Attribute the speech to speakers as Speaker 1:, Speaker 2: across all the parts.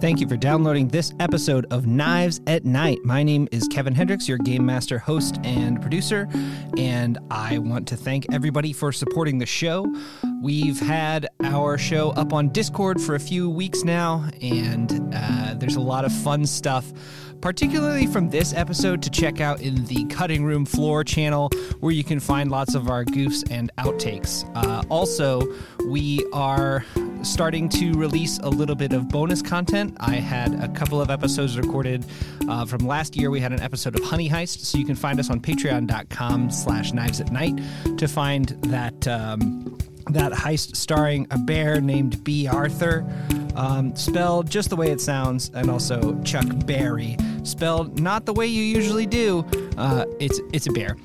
Speaker 1: Thank you for downloading this episode of Knives at Night. My name is Kevin Hendricks, your game master, host, and producer, and I want to thank everybody for supporting the show. We've had our show up on Discord for a few weeks now, and uh, there's a lot of fun stuff, particularly from this episode, to check out in the Cutting Room Floor channel, where you can find lots of our goofs and outtakes. Uh, also, we are starting to release a little bit of bonus content. I had a couple of episodes recorded uh, from last year. We had an episode of Honey Heist, so you can find us on patreon.com slash knives at night to find that um, that heist starring a bear named B. Arthur, um, spelled just the way it sounds, and also Chuck Berry, spelled not the way you usually do. Uh, it's it's a bear.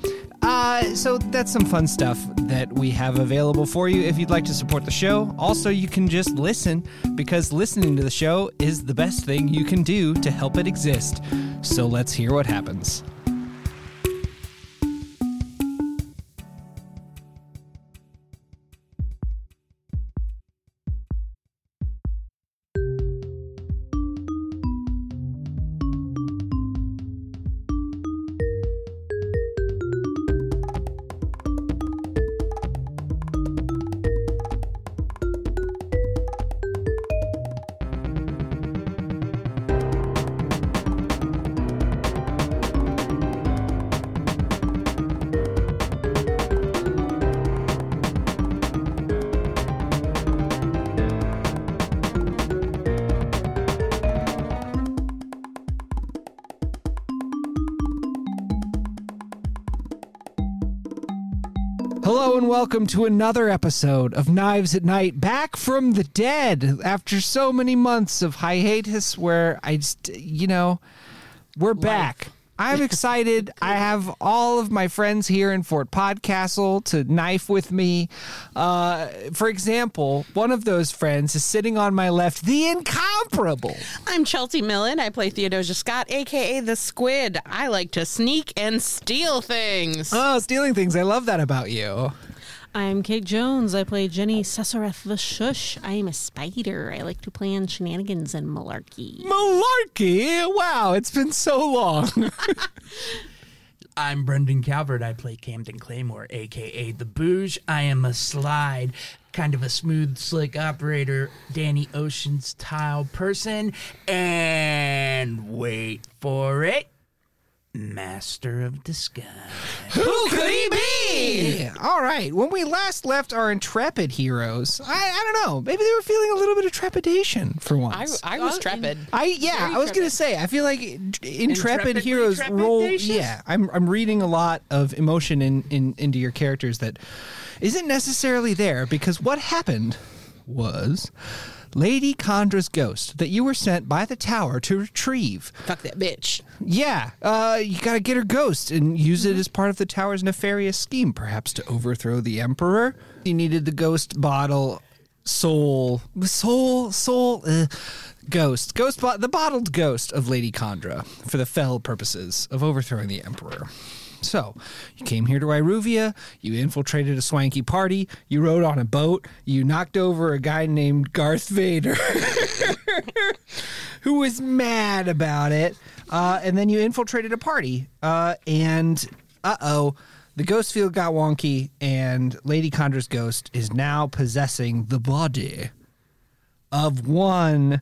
Speaker 1: Uh, so that's some fun stuff that we have available for you if you'd like to support the show. Also, you can just listen because listening to the show is the best thing you can do to help it exist. So let's hear what happens. Hello and welcome to another episode of Knives at Night, back from the dead after so many months of hiatus where I just, you know, we're back. I'm excited. I have all of my friends here in Fort Podcastle to knife with me. Uh, for example, one of those friends is sitting on my left, the incomparable.
Speaker 2: I'm Chelsea Millen. I play Theodosia Scott, aka the Squid. I like to sneak and steal things.
Speaker 1: Oh, stealing things. I love that about you.
Speaker 3: I'm Kate Jones. I play Jenny Cesareth the Shush. I am a spider. I like to plan shenanigans and malarkey.
Speaker 1: Malarkey. Wow, it's been so long.
Speaker 4: I'm Brendan Calvert. I play Camden Claymore, aka the Booge. I am a slide, kind of a smooth, slick operator, Danny Ocean style person, and wait for it, master of disguise.
Speaker 1: Who could he be? All right. When we last left our intrepid heroes, I, I don't know. Maybe they were feeling a little bit of trepidation for
Speaker 2: I,
Speaker 1: once. I,
Speaker 2: I was trepid.
Speaker 1: yeah, I was gonna say. I feel like int- intrepid
Speaker 4: Intrepidly
Speaker 1: heroes roll.
Speaker 4: trepidatious?
Speaker 1: Yeah, I'm I'm reading a lot of emotion in, in into your characters that isn't necessarily there because what happened was Lady Condra's ghost that you were sent by the tower to retrieve.
Speaker 2: Fuck that bitch.
Speaker 1: Yeah, uh, you gotta get her ghost and use it as part of the tower's nefarious scheme, perhaps to overthrow the emperor. You needed the ghost bottle, soul, soul, soul, uh, ghost, ghost, bo- the bottled ghost of Lady Condra for the fell purposes of overthrowing the emperor. So, you came here to Iruvia, you infiltrated a swanky party, you rode on a boat, you knocked over a guy named Garth Vader who was mad about it. Uh, and then you infiltrated a party, uh, and uh oh, the ghost field got wonky, and Lady Condra's ghost is now possessing the body of one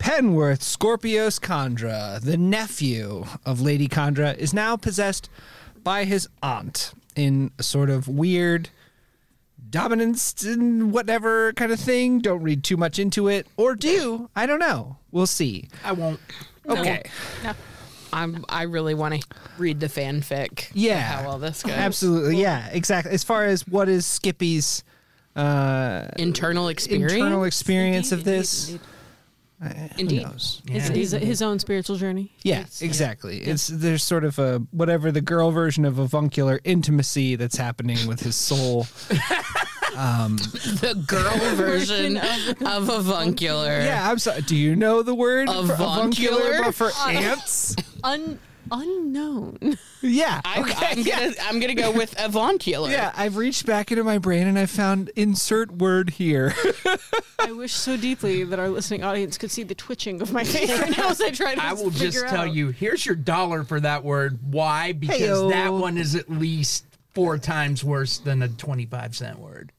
Speaker 1: Penworth Scorpios Condra, the nephew of Lady Condra, is now possessed by his aunt in a sort of weird dominance and whatever kind of thing. Don't read too much into it, or do. I don't know. We'll see.
Speaker 4: I won't.
Speaker 1: Okay.
Speaker 2: I'm, I really want to read the fanfic. of
Speaker 1: Yeah.
Speaker 2: How well this goes.
Speaker 1: Absolutely. yeah, exactly. As far as what is Skippy's
Speaker 2: Internal experience.
Speaker 1: internal experience of this,
Speaker 2: Indeed.
Speaker 1: who knows?
Speaker 3: His,
Speaker 4: Yeah.
Speaker 3: his, his own spiritual journey.
Speaker 1: Yeah, exactly. It's there's sort of a whatever the girl version of avuncular intimacy that's happening with his soul.
Speaker 2: The girl version of avuncular.
Speaker 1: yeah, I'm sorry. Do you know the word for
Speaker 2: Avuncular?
Speaker 1: avuncular but for ants?
Speaker 3: Un, unknown.
Speaker 1: Yeah.
Speaker 2: I,
Speaker 1: okay.
Speaker 2: I'm
Speaker 1: yeah.
Speaker 2: gonna I'm gonna go with avuncular.
Speaker 1: yeah. I've reached back into my brain and I found insert word here.
Speaker 3: I wish so deeply that our listening audience could see the twitching of my face right now as I try to.
Speaker 4: I will
Speaker 3: figure
Speaker 4: just tell
Speaker 3: out.
Speaker 4: you, here's your dollar for that word. Why? Because
Speaker 1: Heyo.
Speaker 4: that one is at least four times worse than a 25 cent word.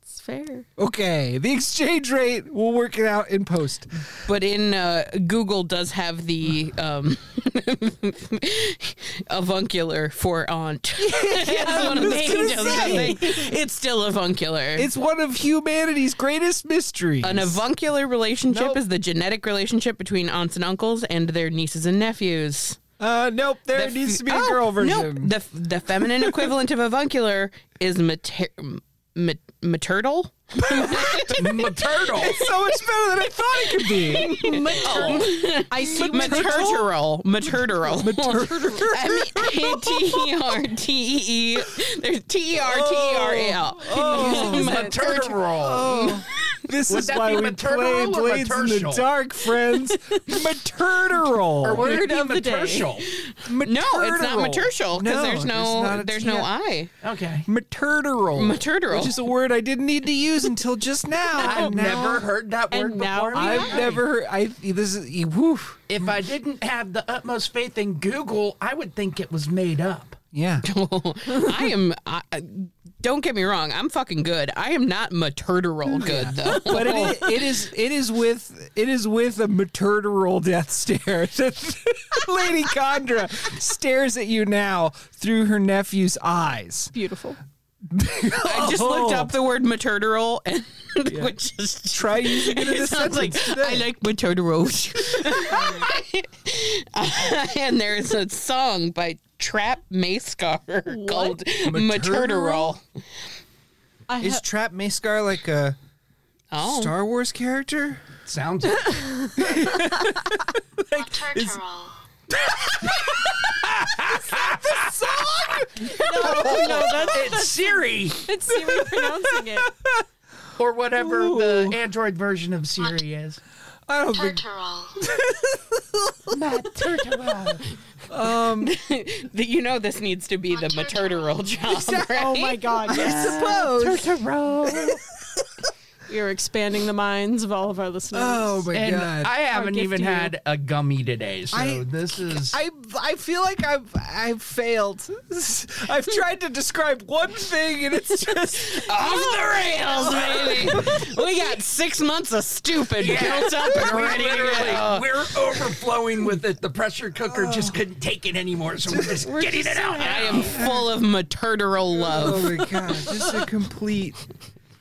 Speaker 3: It's fair.
Speaker 1: okay. The exchange rate, we'll work it out in post.
Speaker 2: But in uh, Google does have the um, avuncular for aunt. it's one of the
Speaker 1: was gonna
Speaker 2: kingdoms,
Speaker 1: say.
Speaker 2: I think. It's still avuncular.
Speaker 1: It's one of humanity's greatest mysteries.
Speaker 2: an avuncular relationship
Speaker 1: Nope.
Speaker 2: is the genetic relationship between aunts and uncles and their nieces and nephews.
Speaker 1: uh, nope, there
Speaker 2: The
Speaker 1: needs
Speaker 2: f-
Speaker 1: to be a
Speaker 2: Oh,
Speaker 1: girl version.
Speaker 2: Nope. The, f- the feminine equivalent of avuncular is mater- mat- maturtle.
Speaker 4: Maternal.
Speaker 1: so much better than I thought it could be.
Speaker 3: I see. what-
Speaker 2: Maturteral. Maturteral. E M-A-T-E-R-T-E-E. E. There's E T-E-R-T-E-R-L.
Speaker 4: Maternal.
Speaker 1: Oh, this
Speaker 4: Would
Speaker 1: is
Speaker 4: that
Speaker 1: why
Speaker 4: be
Speaker 1: we play
Speaker 4: maternal or
Speaker 1: Blades in the
Speaker 4: matertial?
Speaker 1: Dark, friends. Maternal.
Speaker 3: Oh, Word of the day.
Speaker 4: Maternal.
Speaker 2: No, it's not maturtial because there's
Speaker 1: there's,
Speaker 2: no
Speaker 1: not a
Speaker 2: there's
Speaker 1: T. E
Speaker 2: no I.
Speaker 4: Okay.
Speaker 1: Materteral.
Speaker 2: Materteral.
Speaker 1: Which is a word I didn't need to use until just now.
Speaker 4: I've
Speaker 1: And now
Speaker 4: never heard that word
Speaker 3: and now
Speaker 4: before. in my
Speaker 1: I've
Speaker 4: life.
Speaker 1: never heard. I, this is. e- Woo.
Speaker 4: If I didn't have the utmost faith in Google, I would think it was made up.
Speaker 1: Yeah.
Speaker 2: I am. I, don't get me wrong. I'm fucking good. I am not
Speaker 1: Mm,
Speaker 2: maturteral good though.
Speaker 1: But it is, it is it is with it is with a maternal death stare. that Lady Condra stares at you now through her nephew's eyes.
Speaker 3: Beautiful.
Speaker 2: I just
Speaker 1: Oh.
Speaker 2: looked up the word maturteral, and which is
Speaker 1: Try using it in a
Speaker 2: it sounds like
Speaker 1: sentence.
Speaker 2: I like maturterals. and there's a song by Trap Mayscar called Maturteral.
Speaker 3: I
Speaker 1: is
Speaker 3: ha-
Speaker 1: Trap Mascar like a
Speaker 2: Oh,
Speaker 1: Star Wars character?
Speaker 4: Sounds
Speaker 5: Turtle.
Speaker 4: it's Siri
Speaker 3: it's Siri pronouncing it.
Speaker 4: or whatever the Android version of Siri is.
Speaker 1: I don't think.
Speaker 5: Turtle.
Speaker 2: the, you know this needs to be the maturteral job, right?
Speaker 3: Oh my god! Yes.
Speaker 1: Suppose.
Speaker 3: We are expanding the minds of all of our listeners.
Speaker 1: Oh my
Speaker 4: And
Speaker 1: god.
Speaker 4: I haven't
Speaker 3: gift
Speaker 4: even
Speaker 3: to you.
Speaker 4: had a gummy today, so
Speaker 1: I-
Speaker 4: this is.
Speaker 1: I I feel like I've I've failed. I've tried to describe one thing and it's just
Speaker 2: Off the rails, baby. we got six months of stupid built up and
Speaker 4: We're
Speaker 2: ready to
Speaker 4: literally-
Speaker 2: go.
Speaker 4: we're overflowing with it. The pressure cooker just couldn't take it anymore, so we're just getting it out.
Speaker 2: I am full of maturteral love.
Speaker 1: Oh my god, just a complete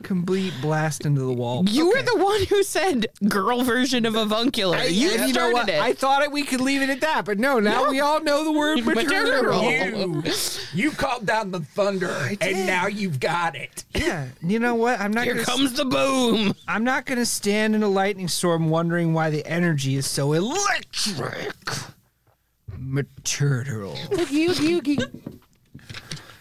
Speaker 1: complete blast into the wall.
Speaker 2: You were the one who said girl version of avuncular. you
Speaker 1: And
Speaker 2: started
Speaker 1: you know what?
Speaker 2: it.
Speaker 1: I thought we could leave it at that, but no, now we all know the word
Speaker 2: Maternal.
Speaker 4: Oh,
Speaker 1: maternal.
Speaker 4: You, you called down the thunder,
Speaker 1: did.
Speaker 4: and now you've got it.
Speaker 1: Yeah. You know what? I'm not
Speaker 2: Here
Speaker 1: gonna
Speaker 2: comes the boom.
Speaker 1: I'm not gonna stand in a lightning storm wondering why the energy is so electric. Maternal.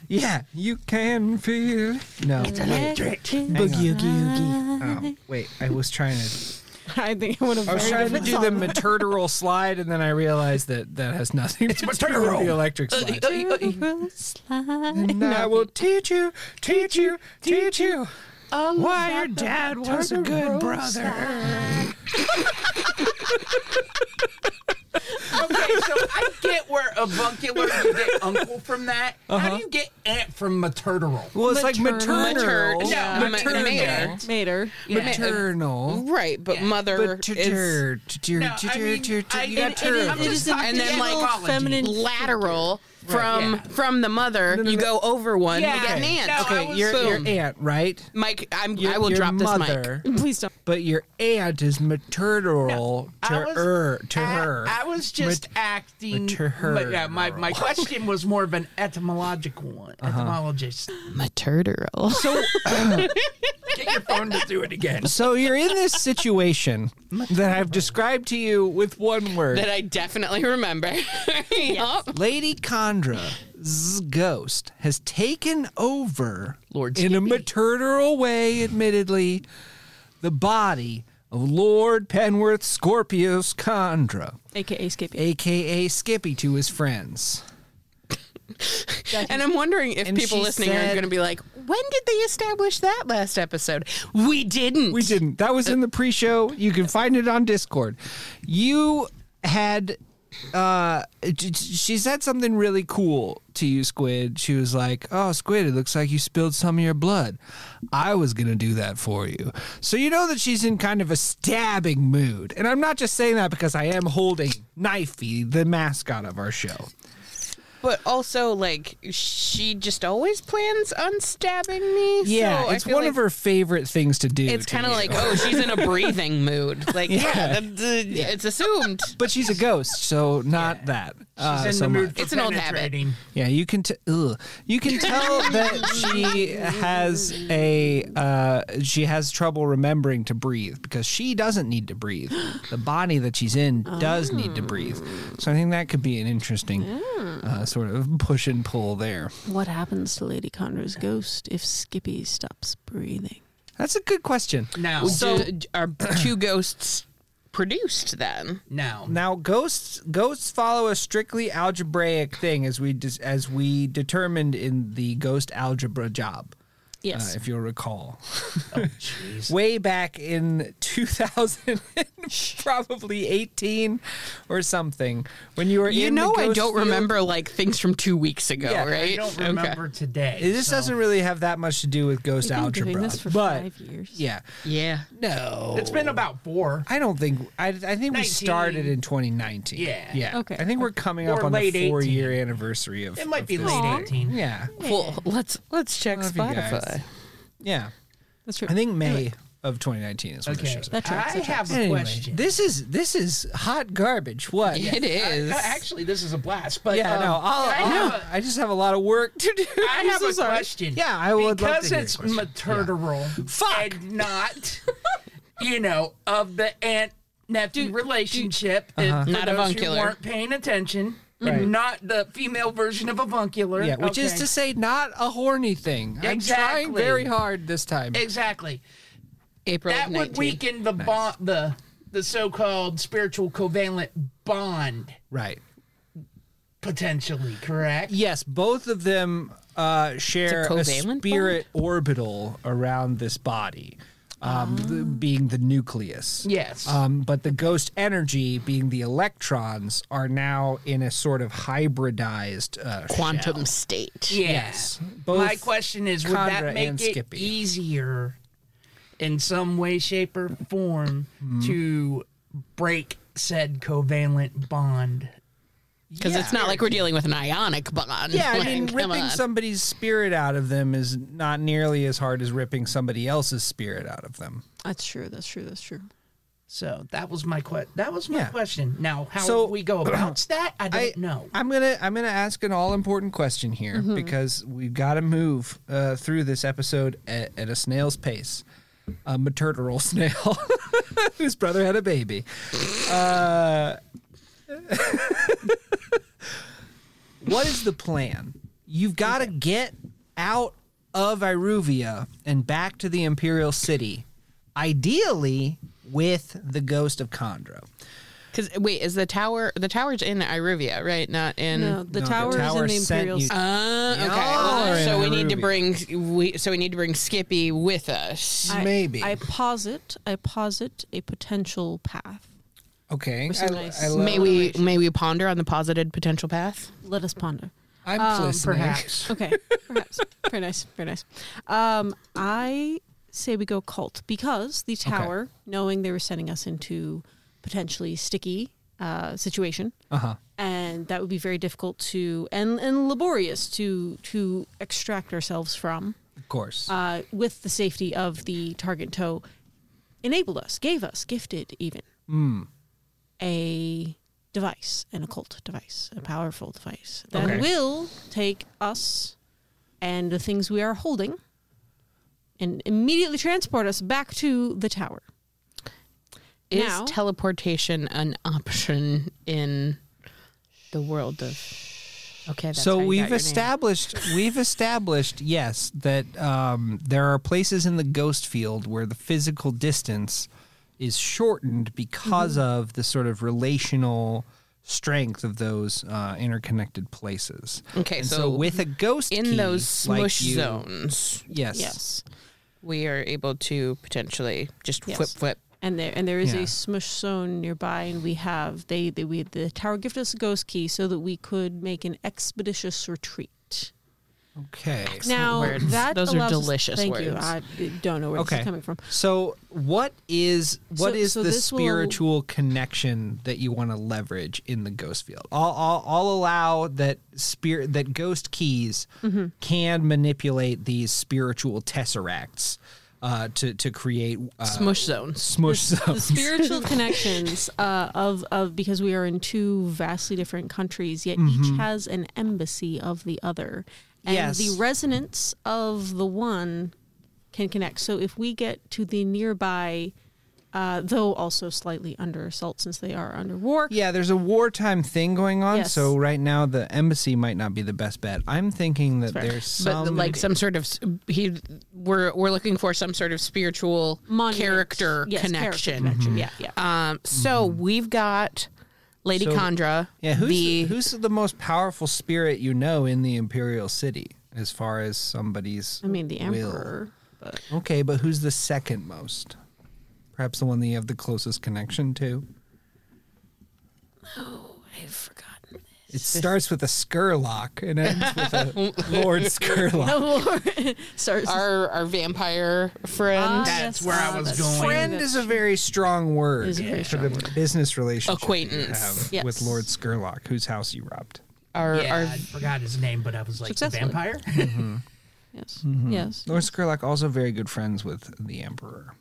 Speaker 1: Yeah, you can feel. No. Boogie oogie oogie. Oh, wait, I was trying to.
Speaker 3: I think I would have.
Speaker 1: I was trying to do the maternal slide, and then I realized that that has nothing to do with
Speaker 4: maternal. Uh,
Speaker 1: the electric slide.
Speaker 3: slide.
Speaker 1: And I will teach you, teach you, teach you why your dad was a good brother.
Speaker 4: Okay, so I get where avuncular you get uncle from that. How do you get aunt from maternal?
Speaker 1: Well, it's like maternal.
Speaker 2: Mater-
Speaker 4: Yeah,
Speaker 2: ma-
Speaker 1: maternal.
Speaker 2: mater.
Speaker 3: Mater.
Speaker 1: Maternal.
Speaker 2: Right, but mother
Speaker 1: But
Speaker 2: is
Speaker 1: ter- ter-
Speaker 4: No, I mean,
Speaker 1: ter- ter-
Speaker 4: I-
Speaker 1: you
Speaker 4: it-
Speaker 1: got
Speaker 4: it-
Speaker 1: term.
Speaker 4: I'm just
Speaker 3: is an
Speaker 4: talking
Speaker 2: And then, like,
Speaker 4: etymology.
Speaker 3: feminine-
Speaker 2: lateral from
Speaker 4: yeah.
Speaker 2: from the mother. You go over one, you get an
Speaker 4: Okay.
Speaker 2: aunt.
Speaker 4: No, I
Speaker 2: okay,
Speaker 4: was-
Speaker 2: you're,
Speaker 1: Your
Speaker 2: boom.
Speaker 1: aunt, right?
Speaker 2: Mike, I'm,
Speaker 1: Your-
Speaker 2: I will
Speaker 1: your
Speaker 2: drop this mic.
Speaker 1: mother,
Speaker 3: Please don't.
Speaker 1: But your aunt is maternal to
Speaker 4: I was-
Speaker 1: her. To
Speaker 4: I,
Speaker 1: her.
Speaker 4: I was just acting.
Speaker 1: mater-
Speaker 4: but yeah, my, my question was more of an etymological one. Etymologist.
Speaker 2: Maturteral. So
Speaker 4: Get your phone to do it again.
Speaker 1: So you're in this situation that I've described to you with one word.
Speaker 2: that I definitely remember. Yup.
Speaker 1: Lady Condra's ghost has taken over
Speaker 2: Lord
Speaker 1: in a maternal way, admittedly, the body of Lord Penworth Scorpius Condra,
Speaker 3: AKA Skippy.
Speaker 1: aka Skippy, to his friends.
Speaker 2: And I'm wondering if
Speaker 1: And
Speaker 2: people
Speaker 1: she
Speaker 2: listening
Speaker 1: said-
Speaker 2: are going to be like, when did they establish that last episode? We didn't.
Speaker 1: We didn't. That was in the pre-show. You can find it on Discord. You had uh j- j- she said something really cool to you squid she was like oh squid it looks like you spilled some of your blood i was gonna do that for you so you know that she's in kind of a stabbing mood and i'm not just saying that because i am holding knifey the mascot of our show
Speaker 2: But also, like, she just always plans on stabbing me.
Speaker 1: yeah
Speaker 2: so I
Speaker 1: it's
Speaker 2: feel
Speaker 1: one
Speaker 2: like
Speaker 1: of her favorite things to do
Speaker 2: It's
Speaker 1: to
Speaker 2: kind of
Speaker 1: you.
Speaker 2: like, oh, she's in a breathing mood. Like, yeah, that- the- it's assumed.
Speaker 1: but she's a ghost so not that uh,
Speaker 4: She's in
Speaker 1: so
Speaker 4: the mood
Speaker 1: much.
Speaker 4: for
Speaker 2: It's an old habit.
Speaker 4: penetrating.
Speaker 1: Yeah, you can t- ugh. you can tell that she has a uh, she has trouble remembering to breathe because she doesn't need to breathe. The body that she's in does need to breathe. So I think that could be an interesting uh, sort of push and pull there.
Speaker 3: What happens to Lady Condra's ghost if Skippy stops breathing?
Speaker 1: That's a good question.
Speaker 4: Now,
Speaker 2: So, are two ghosts produced then?
Speaker 4: now,
Speaker 1: Now ghosts ghosts follow a strictly algebraic thing as we dis- as we determined in the ghost algebra job.
Speaker 3: Yes.
Speaker 1: Uh, if you'll recall.
Speaker 4: jeez.
Speaker 1: way back in 2000 and probably 18 or something when you were
Speaker 2: You
Speaker 1: in the
Speaker 2: know, I
Speaker 1: ghost
Speaker 2: don't
Speaker 1: field.
Speaker 2: remember like things from two weeks ago,
Speaker 1: Yeah, I
Speaker 2: right?
Speaker 4: I don't
Speaker 2: Okay.
Speaker 4: remember today.
Speaker 1: this
Speaker 4: so-
Speaker 1: doesn't really have that much to do with ghost
Speaker 3: We've been
Speaker 1: algebra
Speaker 3: doing this for
Speaker 1: but
Speaker 3: five years.
Speaker 1: yeah
Speaker 2: Yeah.
Speaker 1: no
Speaker 4: It's been about four.
Speaker 1: I don't think I, I think we
Speaker 4: 19.
Speaker 1: started in 2019.
Speaker 4: Yeah.
Speaker 1: yeah.
Speaker 3: Okay.
Speaker 1: I think we're coming
Speaker 4: Or
Speaker 1: up on the
Speaker 4: late 18.
Speaker 1: four-year anniversary of.
Speaker 4: It might
Speaker 1: of
Speaker 4: be
Speaker 1: this.
Speaker 4: late 18.
Speaker 1: Yeah,
Speaker 2: Well, let's let's check
Speaker 1: Love you guys.
Speaker 2: Spotify.
Speaker 1: yeah.
Speaker 3: That's true.
Speaker 1: I think May of 2019 is when it
Speaker 4: Okay.
Speaker 1: shows. up.
Speaker 3: That tracks,
Speaker 4: I
Speaker 3: that
Speaker 4: have a
Speaker 1: Anyway,
Speaker 4: question.
Speaker 1: this is this is hot garbage. What?
Speaker 2: It is.
Speaker 4: No, Uh, actually, this is a blast. But
Speaker 1: Yeah,
Speaker 4: um,
Speaker 1: no, I'll,
Speaker 4: I
Speaker 1: I,
Speaker 4: have
Speaker 1: will I just have a lot a work to do.
Speaker 4: a, I have a question.
Speaker 1: Yeah, I would love
Speaker 4: because
Speaker 1: to hear
Speaker 4: it's
Speaker 1: a question.
Speaker 4: maternal and not, you know, of the aunt nephew relationship. It- for
Speaker 2: Not
Speaker 4: those
Speaker 2: avuncular.
Speaker 4: Who weren't paying attention.
Speaker 1: uh-huh. Right.
Speaker 4: Not the female version of avuncular.
Speaker 1: Yeah, which is
Speaker 4: Okay.
Speaker 1: to say, not a horny thing. I'm trying
Speaker 4: Exactly.
Speaker 1: very hard this time.
Speaker 4: exactly
Speaker 2: April
Speaker 4: that
Speaker 2: of
Speaker 4: would
Speaker 2: 19.
Speaker 4: weaken the bond, the the so-called spiritual covalent bond
Speaker 1: right.
Speaker 4: potentially. Correct.
Speaker 1: Yes, both of them uh, share
Speaker 2: It's a
Speaker 1: a,
Speaker 2: covalent bond?
Speaker 1: spirit orbital around this body, um, the- being the nucleus.
Speaker 4: Ah. Yes.
Speaker 1: Um, but the ghost energy, being the electrons, are now in a sort of hybridized uh,
Speaker 2: quantum
Speaker 1: shell.
Speaker 2: state.
Speaker 4: Yes.
Speaker 1: Both
Speaker 4: My question is, would
Speaker 1: Condra
Speaker 4: that make
Speaker 1: and
Speaker 4: it
Speaker 1: Skippy.
Speaker 4: easier in some way, shape, or form to break said covalent bond?
Speaker 2: Because it's
Speaker 1: Yeah.
Speaker 2: not like we're dealing with an ionic bond.
Speaker 1: Yeah, I
Speaker 2: Like,
Speaker 1: mean,
Speaker 2: come
Speaker 1: ripping
Speaker 2: on.
Speaker 1: somebody's spirit out of them is not nearly as hard as ripping somebody else's spirit out of them.
Speaker 3: That's true. That's true. That's true.
Speaker 4: So that was my que- that was my
Speaker 1: Yeah.
Speaker 4: question. Now, how
Speaker 1: So-
Speaker 4: we go about that, I don't know.
Speaker 1: I'm gonna I'm gonna ask an all important question here because we've got to move uh, through this episode at, at a snail's pace. A maternal snail whose brother had a baby. Uh, what is the plan? You've got to get out of Iruvia and back to the Imperial City, ideally with the ghost of Chondro.
Speaker 2: Because wait, is the tower? The tower's in Iruvia, right? Not in.
Speaker 3: No,
Speaker 1: No,
Speaker 3: the
Speaker 1: the
Speaker 3: tower is
Speaker 1: tower
Speaker 3: in the
Speaker 1: sent
Speaker 3: Imperial.
Speaker 1: you-
Speaker 3: City.
Speaker 2: Uh, okay.
Speaker 1: Y'all are
Speaker 2: Well,
Speaker 1: in
Speaker 2: so we need to
Speaker 1: Iruvia.
Speaker 2: bring. We so we need to bring Skippy with us.
Speaker 3: I-
Speaker 1: maybe.
Speaker 3: I posit. I posit a potential path.
Speaker 1: Okay.
Speaker 3: Which is nice.
Speaker 1: love-
Speaker 2: may we? May we ponder on the posited potential path?
Speaker 3: Let us ponder.
Speaker 1: I'm
Speaker 2: Um,
Speaker 1: listening.
Speaker 4: Perhaps.
Speaker 3: Okay, perhaps. very nice. Very nice. Um, I say we go cult because the tower, knowing they were sending us into potentially sticky uh, situation,
Speaker 1: Uh-huh.
Speaker 3: and that would be very difficult to and and laborious to to extract ourselves from.
Speaker 1: Of course.
Speaker 3: Uh, with the safety of the target toe, enabled us, gave us, gifted even
Speaker 1: Hmm.
Speaker 3: a device, an occult device, a powerful device that
Speaker 1: Okay.
Speaker 3: will take us and the things we are holding and immediately transport us back to the tower.
Speaker 2: Is
Speaker 3: Now-
Speaker 2: teleportation an option in the world of? Okay. That's
Speaker 1: so
Speaker 2: how you got
Speaker 1: we've
Speaker 2: your name.
Speaker 1: established we've established yes that um, there are places in the ghost field where the physical distance is shortened because
Speaker 2: Mm-hmm.
Speaker 1: of the sort of relational strength of those uh, interconnected places.
Speaker 2: Okay,
Speaker 1: And so,
Speaker 2: so
Speaker 1: with a ghost
Speaker 2: in
Speaker 1: key,
Speaker 2: those
Speaker 1: like
Speaker 2: smush
Speaker 1: you-
Speaker 2: zones,
Speaker 1: Yes.
Speaker 3: Yes.
Speaker 2: we are able to potentially just
Speaker 3: Yes.
Speaker 2: flip, flip.
Speaker 3: And there and there is
Speaker 1: Yeah.
Speaker 3: a smush zone nearby and we have they, they we the tower gifted us a ghost key so that we could make an expeditious retreat.
Speaker 1: Okay.
Speaker 3: Now
Speaker 2: words.
Speaker 3: that
Speaker 2: Those are
Speaker 3: allows us-
Speaker 2: delicious
Speaker 3: thank you.
Speaker 2: words.
Speaker 3: I don't know where this
Speaker 1: Okay.
Speaker 3: is coming from.
Speaker 1: So what is what
Speaker 3: So-
Speaker 1: is
Speaker 3: so
Speaker 1: the
Speaker 3: this will-
Speaker 1: spiritual connection that you want to leverage in the ghost field? I'll I'll, I'll allow that spirit that ghost keys
Speaker 3: Mm-hmm.
Speaker 1: can manipulate these spiritual tesseracts uh, to to create uh,
Speaker 2: Smush zones.
Speaker 1: smush zones.
Speaker 3: the spiritual connections uh, of of because we are in two vastly different countries, yet
Speaker 2: Mm-hmm.
Speaker 3: each has an embassy of the other, and
Speaker 1: Yes.
Speaker 3: the resonance of the one can connect. So if we get to the nearby, uh, though also slightly under assault since they are under war,
Speaker 1: Yeah, there's a wartime thing going on,
Speaker 3: Yes.
Speaker 1: so right now the embassy might not be the best bet. I'm thinking that there's
Speaker 2: But
Speaker 1: some
Speaker 2: like some sort of s- he, we're we're looking for some sort of spiritual
Speaker 3: monument-
Speaker 2: character
Speaker 3: yes,
Speaker 2: connection.
Speaker 3: connection. Yeah, yeah.
Speaker 2: Um, so we've got Lady
Speaker 1: Mm-hmm. So-
Speaker 2: Chandra.
Speaker 1: Yeah, who's
Speaker 2: the,
Speaker 1: the, who's the most powerful spirit you know in the Imperial City as far as somebody's
Speaker 3: I mean the
Speaker 1: will?
Speaker 3: emperor. But
Speaker 1: Okay, but who's the second most? Perhaps the one that you have the closest connection to.
Speaker 3: Oh, I've forgotten.
Speaker 1: It starts with a Skurlock and ends with a Lord Skurlock.
Speaker 3: Sorry.
Speaker 2: our our vampire
Speaker 3: Ah,
Speaker 2: friend
Speaker 4: That's
Speaker 3: yes,
Speaker 4: where I
Speaker 3: ah,
Speaker 4: was
Speaker 3: that's
Speaker 4: going.
Speaker 1: Friend
Speaker 3: that's
Speaker 1: is a very strong word
Speaker 3: Is a very
Speaker 1: for
Speaker 3: strong
Speaker 1: the business relationship
Speaker 2: Acquaintance.
Speaker 1: that you have
Speaker 3: Yes.
Speaker 1: with Lord Skurlock, whose house you robbed.
Speaker 2: our
Speaker 4: yeah,
Speaker 2: our
Speaker 4: I forgot his name, but I was like, the
Speaker 3: Successfully.
Speaker 4: vampire?
Speaker 3: Yes.
Speaker 2: Mm-hmm.
Speaker 3: Yes.
Speaker 1: Lord Skurlock also very good friends with the Emperor.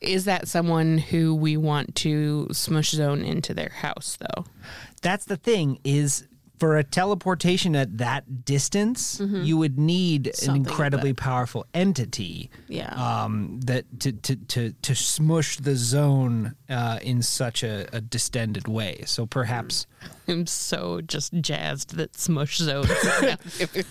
Speaker 2: is that someone who we want to smush zone into their house though
Speaker 1: That's the thing is for a teleportation at that distance, you would need
Speaker 3: Mm-hmm. Something
Speaker 1: an incredibly powerful entity.
Speaker 3: Yeah.
Speaker 1: Um, that to, to, to, to smush the zone uh, in such a, a distended way. So perhaps
Speaker 3: Mm.
Speaker 2: i'm so just jazzed that smush zone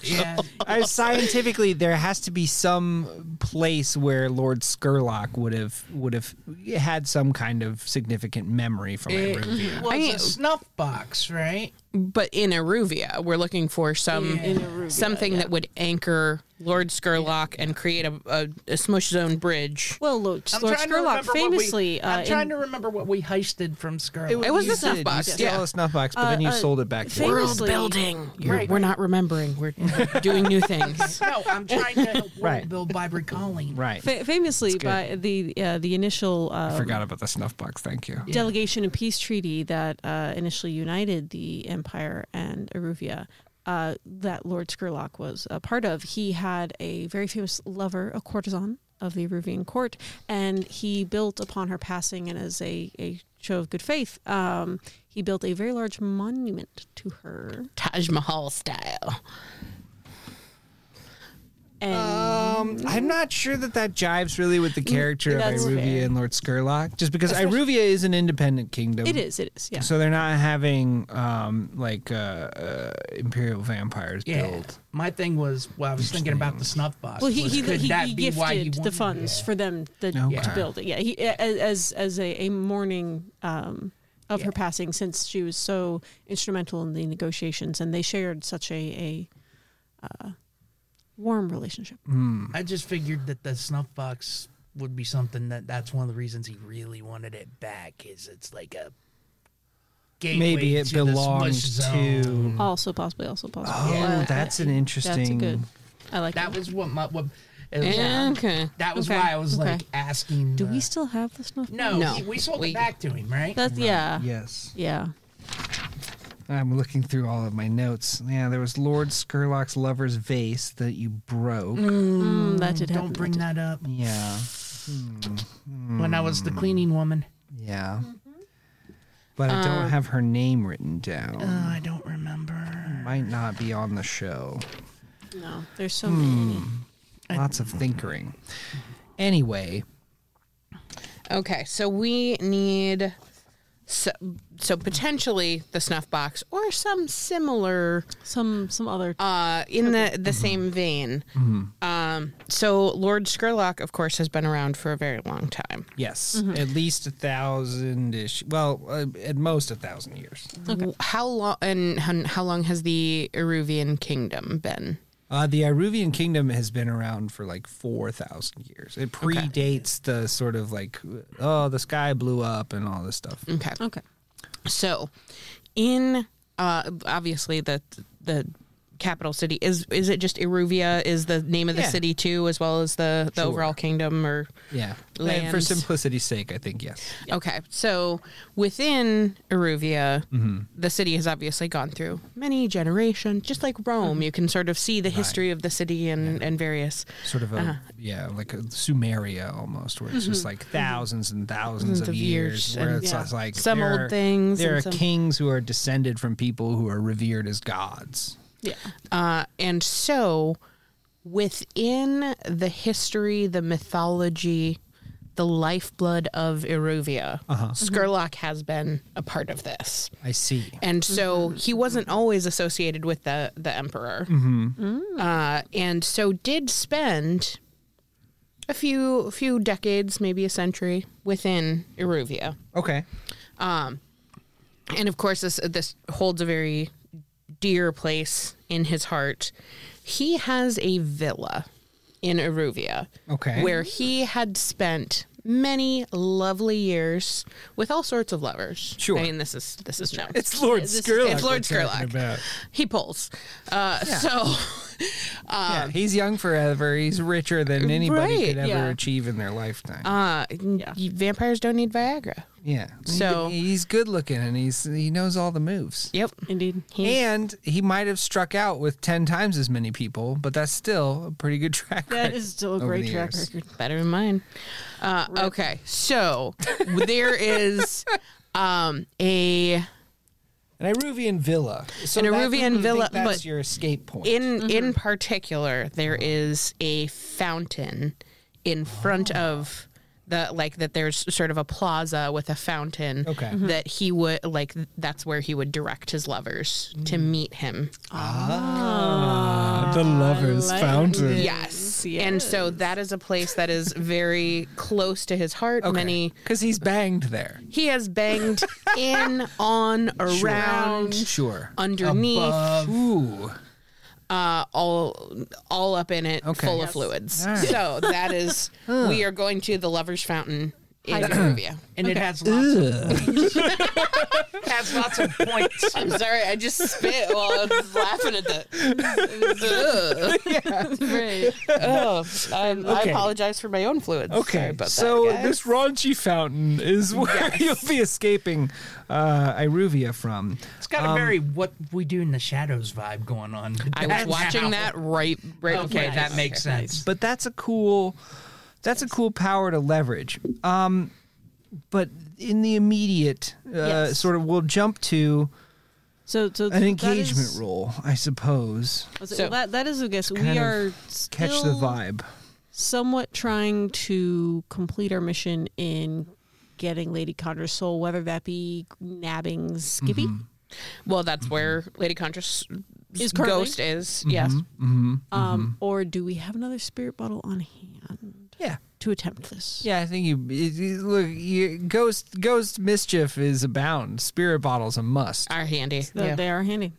Speaker 4: yeah.
Speaker 1: I, scientifically there has to be some place where Lord Skurlock would have would have had some kind of significant memory from
Speaker 3: Eh.
Speaker 1: Ambruvia.
Speaker 4: It was a snuff box, right?
Speaker 2: but in Aruvia, we're looking for some
Speaker 4: Yeah. In
Speaker 2: something that would anchor Lord Skurlock and create a, a, a smush zone bridge.
Speaker 3: Well, Lord,
Speaker 4: I'm
Speaker 3: Lord
Speaker 4: trying to
Speaker 3: Skurlock
Speaker 4: remember what
Speaker 3: famously.
Speaker 4: We,
Speaker 3: uh,
Speaker 4: I'm trying
Speaker 3: in-
Speaker 4: to remember what we heisted from Skurlock.
Speaker 2: It was
Speaker 1: You
Speaker 2: the snuff
Speaker 1: did,
Speaker 2: box,
Speaker 1: You
Speaker 2: yeah.
Speaker 1: stole a snuff box, but then you
Speaker 3: Uh,
Speaker 1: sold it back to
Speaker 3: famous-
Speaker 1: us.
Speaker 2: World
Speaker 3: Seriously.
Speaker 2: building. You're-
Speaker 4: Right.
Speaker 2: We're not remembering. We're doing new things.
Speaker 4: no, I'm trying to help
Speaker 1: Right.
Speaker 4: Bill by recalling.
Speaker 1: Right.
Speaker 3: Fa- famously, by the uh, the initial uh,
Speaker 1: Forgot about the snuff box. Thank you.
Speaker 3: delegation and peace treaty that uh, initially united the Empire and Eruvia, uh, that Lord Skurlock was a part of, he had a very famous lover, a courtesan of the Eruvian court, and he built upon her passing and as a, a show of good faith, um, he built a very large monument to her.
Speaker 2: Taj Mahal style.
Speaker 3: And
Speaker 2: Uh.
Speaker 1: Um, I'm not sure that that jives really with the character of
Speaker 3: Mm, that's
Speaker 1: Iruvia
Speaker 3: fair.
Speaker 1: and Lord Skurlock, just because Iruvia is an independent kingdom.
Speaker 3: it is, it is, yeah.
Speaker 1: So they're not having um, like uh, uh, imperial vampires
Speaker 4: Yeah.
Speaker 1: build.
Speaker 4: My thing was, well, I was thinking about the snuff box.
Speaker 3: Well, he
Speaker 4: was,
Speaker 3: he,
Speaker 4: could
Speaker 3: he,
Speaker 4: that
Speaker 3: he
Speaker 4: be why he
Speaker 3: gifted the
Speaker 4: wanted
Speaker 3: funds for them the,
Speaker 1: Okay.
Speaker 3: to build it. Yeah, he a- as as a, a mourning um, of her
Speaker 4: Yeah.
Speaker 3: passing, since she was so instrumental in the negotiations, and they shared such a a uh, warm relationship.
Speaker 4: it? I just figured that the snuff box would be something that that's one of the reasons he really wanted it back. Is it's like a gateway
Speaker 1: Maybe it
Speaker 4: to the
Speaker 1: belonged
Speaker 4: smush zone.
Speaker 1: to.
Speaker 3: Also possibly, also possible.
Speaker 1: Oh,
Speaker 4: Yeah.
Speaker 1: that's an interesting.
Speaker 3: That's a good. I like
Speaker 4: That
Speaker 3: that.
Speaker 4: was what my what. it was-
Speaker 2: Okay.
Speaker 4: That was
Speaker 3: Eh, Okay.
Speaker 4: why I was like
Speaker 3: Okay.
Speaker 4: asking.
Speaker 3: Do
Speaker 4: the-
Speaker 3: we still have the snuff?
Speaker 4: No,
Speaker 2: No.
Speaker 4: he- we sold
Speaker 2: We-
Speaker 4: it back to him, right?
Speaker 3: That's yeah. yeah.
Speaker 1: Yes, I'm looking through all of my notes. Yeah, there was Lord Skurlock's lover's vase that you broke.
Speaker 3: Mm, that did happen.
Speaker 4: Don't bring that up.
Speaker 1: Yeah,
Speaker 4: When I was the
Speaker 1: Hmm.
Speaker 4: cleaning woman,
Speaker 1: yeah.
Speaker 3: Mm-hmm.
Speaker 1: But I
Speaker 3: Uh,
Speaker 1: don't have her name written down.
Speaker 4: oh, I don't remember.
Speaker 1: Might not be on the show.
Speaker 3: No, there's so
Speaker 4: Hmm.
Speaker 3: many.
Speaker 1: Lots of thinkering. Anyway,
Speaker 2: Okay. So we need So, so potentially the snuff box or some similar
Speaker 3: Some some other
Speaker 2: uh, in the, the same vein. Um, so Lord Skurlock, of course, has been around for a very long time.
Speaker 1: Yes,
Speaker 2: Mm-hmm.
Speaker 1: at least a thousand ish. Well, uh, at most a thousand years.
Speaker 2: W- How long and how, how long has the Eruvian kingdom been?
Speaker 1: Uh, the Iruvian kingdom has been around for like four thousand years. It predates the sort of like, oh, the sky blew up and all this stuff.
Speaker 2: Okay.
Speaker 3: Okay.
Speaker 2: So, in uh, obviously the the capital city is is it just Eruvia is the name of the
Speaker 1: Yeah.
Speaker 2: city too, as well as the the
Speaker 1: Sure.
Speaker 2: overall kingdom or
Speaker 1: Yeah, And for
Speaker 2: Lands.
Speaker 1: simplicity's sake, I think yes.
Speaker 2: okay. So within Eruvia,
Speaker 1: Mm-hmm.
Speaker 2: the city has obviously gone through many generations, just like Rome.
Speaker 1: Mm-hmm.
Speaker 2: You can sort of see the history of the city and and various
Speaker 1: Sort of a
Speaker 2: Uh-huh.
Speaker 1: yeah, like a Sumeria almost, where it's just like thousands and thousands
Speaker 2: Mm-hmm. Thousands
Speaker 1: of
Speaker 2: of
Speaker 1: years.
Speaker 2: years
Speaker 1: where
Speaker 2: and-
Speaker 1: it's
Speaker 3: yeah.
Speaker 1: just like
Speaker 2: Some
Speaker 1: there
Speaker 2: old
Speaker 1: are-
Speaker 2: things
Speaker 1: There
Speaker 2: and
Speaker 1: are
Speaker 2: some-
Speaker 1: kings who are descended from people who are revered as gods.
Speaker 3: yeah.
Speaker 2: Uh, and so, within the history, the mythology, the lifeblood of Eruvia, Skurlock has been a part of this.
Speaker 1: I see.
Speaker 2: And so he wasn't always associated with the, the emperor. Uh, and so did spend a few a few decades, maybe a century, within Eruvia.
Speaker 1: Okay.
Speaker 2: and of course this this holds a very dear place in his heart. He has a villa in Eruvia,
Speaker 1: Okay.
Speaker 2: where he had spent many lovely years with all sorts of lovers.
Speaker 1: Sure.
Speaker 2: I mean this is this is no.
Speaker 1: It's Lord Skurlock.
Speaker 2: it's Lord
Speaker 1: we're talking
Speaker 2: Skurlock.
Speaker 1: about.
Speaker 2: He pulls. Uh, So
Speaker 1: Yeah, he's young forever. He's richer than anybody
Speaker 2: Right,
Speaker 1: could ever
Speaker 3: yeah.
Speaker 1: achieve in their lifetime.
Speaker 2: uh, vampires don't need Viagra.
Speaker 1: yeah.
Speaker 2: so-
Speaker 1: He- he's good looking and he's he knows all the moves.
Speaker 2: Yep.
Speaker 3: Indeed.
Speaker 1: And he might have struck out with ten times as many people, but that's still a pretty good track
Speaker 3: That
Speaker 1: record.
Speaker 3: is still a
Speaker 1: Over
Speaker 3: great
Speaker 1: the
Speaker 3: track
Speaker 1: years.
Speaker 3: record.
Speaker 2: Better than mine. Uh, okay, so there is um, a
Speaker 1: An Iruvian villa. So
Speaker 2: An
Speaker 1: that-
Speaker 2: Iruvian
Speaker 1: I think
Speaker 2: villa,
Speaker 1: that's
Speaker 2: but-
Speaker 1: your escape point.
Speaker 2: in in particular there is a fountain in front of the like that there's sort of a plaza with a fountain
Speaker 1: Okay. Mhm.
Speaker 2: that he would like that's where he would direct his lovers to meet him
Speaker 1: Ah, the lover's
Speaker 3: like
Speaker 1: fountain.
Speaker 3: it.
Speaker 2: yes. and so that is a place that is very close to his heart many
Speaker 1: Because he's banged there.
Speaker 2: he has banged in on around
Speaker 1: Sure.
Speaker 2: underneath
Speaker 1: Ooh.
Speaker 2: uh, all all up in it,
Speaker 1: Okay.
Speaker 2: full
Speaker 1: Yes.
Speaker 2: of fluids.
Speaker 1: All right.
Speaker 2: So that is we are going to the lovers' fountain in Arabia.
Speaker 4: And it has lots of has lots of points.
Speaker 2: I'm sorry, I just spit while I was laughing at the. Ugh. I,
Speaker 3: Right.
Speaker 2: Oh, I
Speaker 1: Okay.
Speaker 2: apologize for my own fluids. Sorry
Speaker 1: Okay,
Speaker 2: about
Speaker 1: so
Speaker 2: that, guys.
Speaker 1: this raunchy fountain is where you'll be escaping uh, Iruvia from.
Speaker 4: It's got a very what we do in the shadows vibe going on.
Speaker 2: Um, I was
Speaker 4: That's how-
Speaker 2: watching that right, right.
Speaker 4: Okay,
Speaker 2: before
Speaker 4: that
Speaker 2: this.
Speaker 4: makes sense.
Speaker 1: But that's a cool, that's a cool power to leverage. Um, but in the immediate, uh,
Speaker 3: Yes.
Speaker 1: sort of, we'll jump to
Speaker 3: So so
Speaker 1: an
Speaker 3: that
Speaker 1: engagement
Speaker 3: is-
Speaker 1: role, I suppose.
Speaker 3: So,
Speaker 2: So-
Speaker 3: that that is a guess. We
Speaker 1: Kind of
Speaker 3: are
Speaker 1: Catch
Speaker 3: still
Speaker 1: the vibe.
Speaker 3: somewhat trying to complete our mission in getting Lady Condra's soul, whether that be nabbing Skippy.
Speaker 1: Mm-hmm.
Speaker 2: Well, that's where Lady Contra's
Speaker 3: Is currently-
Speaker 2: ghost is.
Speaker 1: Mm-hmm.
Speaker 2: Yes.
Speaker 3: Um, or do we have another spirit bottle on hand
Speaker 1: Yeah,
Speaker 3: to attempt this?
Speaker 1: yeah. I think you, it- you- look. You, ghost, ghost mischief is abound. Spirit bottles a must.
Speaker 2: Are handy.
Speaker 3: The-
Speaker 2: yeah.
Speaker 3: They are handy.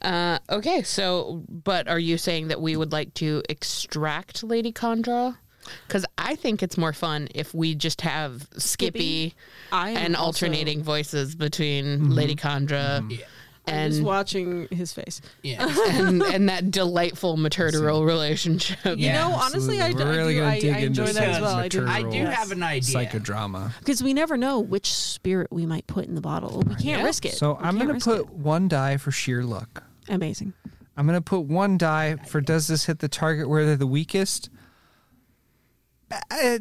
Speaker 2: Uh, okay, so, but are you saying that we would like to extract Lady Condra? Because I think it's more fun if we just have Skippy,
Speaker 3: Skippy? I am
Speaker 2: and
Speaker 3: also-
Speaker 2: alternating voices between Lady Condra
Speaker 4: Mm-hmm.
Speaker 3: I'm just
Speaker 2: and,
Speaker 3: watching his face.
Speaker 4: Yeah.
Speaker 2: and and that delightful maternal relationship.
Speaker 3: You know, honestly, I, d- I
Speaker 1: We're really
Speaker 3: do,
Speaker 1: gonna
Speaker 3: I,
Speaker 1: dig
Speaker 3: I
Speaker 1: into
Speaker 3: enjoy that as
Speaker 4: some
Speaker 3: well. I do.
Speaker 4: I do have an idea.
Speaker 1: Psychodrama.
Speaker 3: Because we never know which spirit we might put in the bottle. We can't risk it.
Speaker 1: So
Speaker 3: We
Speaker 1: I'm
Speaker 3: can't
Speaker 1: going to
Speaker 3: risk
Speaker 1: put
Speaker 3: it.
Speaker 1: one die for sheer luck.
Speaker 3: amazing.
Speaker 1: I'm going to put one die for does this hit the target where they're the weakest? I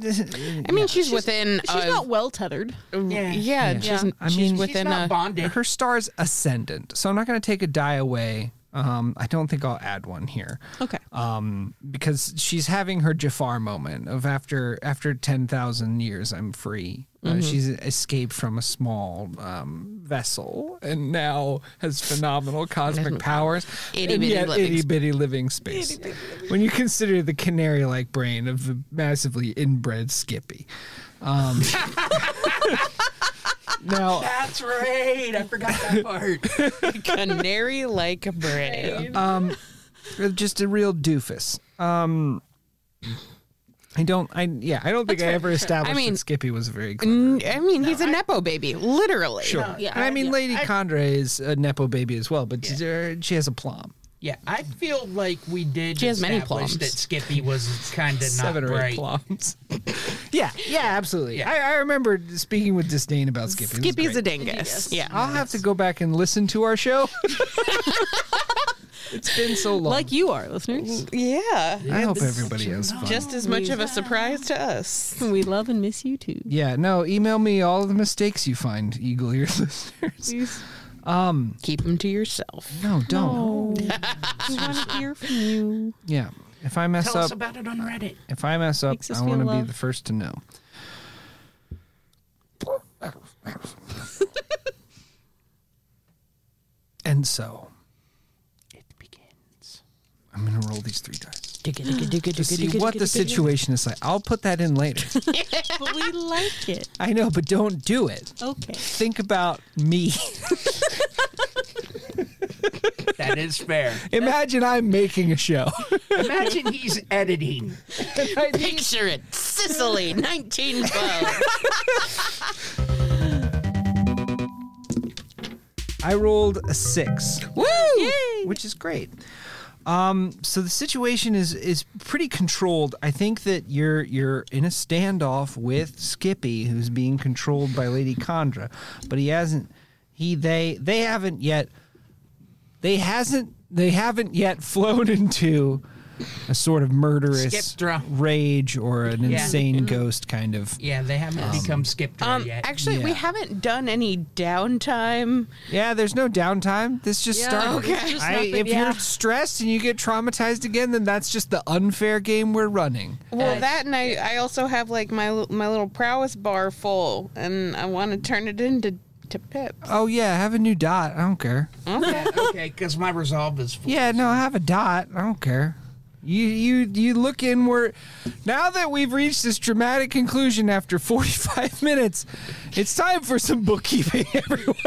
Speaker 2: I mean, she's, within.
Speaker 3: She's
Speaker 2: a-
Speaker 3: not well tethered.
Speaker 2: yeah,
Speaker 4: Yeah.
Speaker 2: She's,
Speaker 1: I
Speaker 2: she's
Speaker 1: mean-
Speaker 4: She's
Speaker 2: within
Speaker 4: not
Speaker 2: a.
Speaker 4: bonded.
Speaker 1: her star's ascendant, so I'm not going to take a die away. Um, I don't think I'll add one here
Speaker 3: Okay.
Speaker 1: um, because she's having her Jafar moment of after after ten thousand years, I'm free. Uh, she's escaped from a small um, vessel and now has phenomenal cosmic powers
Speaker 2: Itty
Speaker 1: and
Speaker 2: bitty
Speaker 1: yet
Speaker 2: living
Speaker 1: itty bitty living space. When you consider the canary-like brain of the massively inbred Skippy. Um, now,
Speaker 4: That's right. I forgot that part.
Speaker 2: Canary like brain.
Speaker 1: um, just a real doofus. Um, I don't. I yeah. I don't think I ever established
Speaker 2: mean-
Speaker 1: that Skippy was very. Clever.
Speaker 2: N- I mean, he's a nepo baby, literally.
Speaker 1: Sure.
Speaker 3: yeah,
Speaker 1: and I mean,
Speaker 3: yeah.
Speaker 1: Lady Condra is a nepo baby as well, but uh, she has a plum.
Speaker 4: yeah, I feel like we did.
Speaker 2: She has many
Speaker 4: establish
Speaker 2: plums.
Speaker 4: That Skippy was kind of not
Speaker 1: Seven or
Speaker 4: right.
Speaker 1: eight plums. yeah. Yeah. Absolutely.
Speaker 4: Yeah.
Speaker 1: I, I remember speaking with disdain about Skippy. This is
Speaker 2: Skippy's a
Speaker 1: great.
Speaker 2: dingus. Yeah.
Speaker 1: I'll have to go back and listen to our show. it's been so long.
Speaker 3: Like you are, listeners.
Speaker 2: Yeah.
Speaker 1: I hope everybody has fun.
Speaker 2: Just as much of a surprise to us.
Speaker 3: We love and miss you too.
Speaker 1: yeah. No. Email me all of the mistakes you find, Eagle Ear listeners.
Speaker 3: Please.
Speaker 2: Keep them to yourself.
Speaker 1: No, don't.
Speaker 3: Oh, we want to hear from you.
Speaker 1: Yeah. If I mess
Speaker 4: Tell
Speaker 1: up,
Speaker 4: us about it on Reddit.
Speaker 1: If I mess up,
Speaker 3: Makes us
Speaker 1: I want
Speaker 3: feel
Speaker 1: to be
Speaker 3: loved.
Speaker 1: the first to know. and so
Speaker 4: It begins.
Speaker 1: I'm going to roll these three dice to see what the situation is like. I'll put that in later.
Speaker 3: But we like it.
Speaker 1: I know, but don't do it.
Speaker 3: Okay.
Speaker 1: Think about me.
Speaker 4: That is fair.
Speaker 1: Imagine I'm making a show.
Speaker 4: Imagine he's editing.
Speaker 2: Picture it. Sicily, 1912.
Speaker 1: I rolled a six.
Speaker 2: Woo!
Speaker 1: which is great. Um, so the situation is is pretty controlled. I think that you're you're in a standoff with Skippy, who's being controlled by Lady Condra, but he hasn't. He they they haven't yet. They hasn't they haven't yet flown into a sort of murderous
Speaker 4: Skipdra.
Speaker 1: rage or an
Speaker 4: Yeah.
Speaker 1: insane ghost kind of.
Speaker 4: Yeah, they haven't become Skip Dra
Speaker 2: Um,
Speaker 4: yet.
Speaker 2: actually, we
Speaker 1: Yeah.
Speaker 2: haven't done any downtime.
Speaker 1: Yeah, there's no downtime. This just
Speaker 3: Yeah,
Speaker 1: started.
Speaker 2: okay. It's just
Speaker 1: I,
Speaker 3: nothing-
Speaker 1: if
Speaker 3: yeah.
Speaker 1: you're stressed and you get traumatized again, then that's just the unfair game we're running.
Speaker 2: Well,
Speaker 4: Uh,
Speaker 2: that and I, I also have like my li- my little prowess bar full, and I want to turn it into to Pip.
Speaker 1: Oh yeah, have a new dot. I don't care.
Speaker 4: Yeah, okay, because my resolve is full.
Speaker 1: Yeah, no, have a dot. I don't care. You you you look inward. Now that we've reached this dramatic conclusion after 45 minutes, it's time for some bookkeeping, everyone.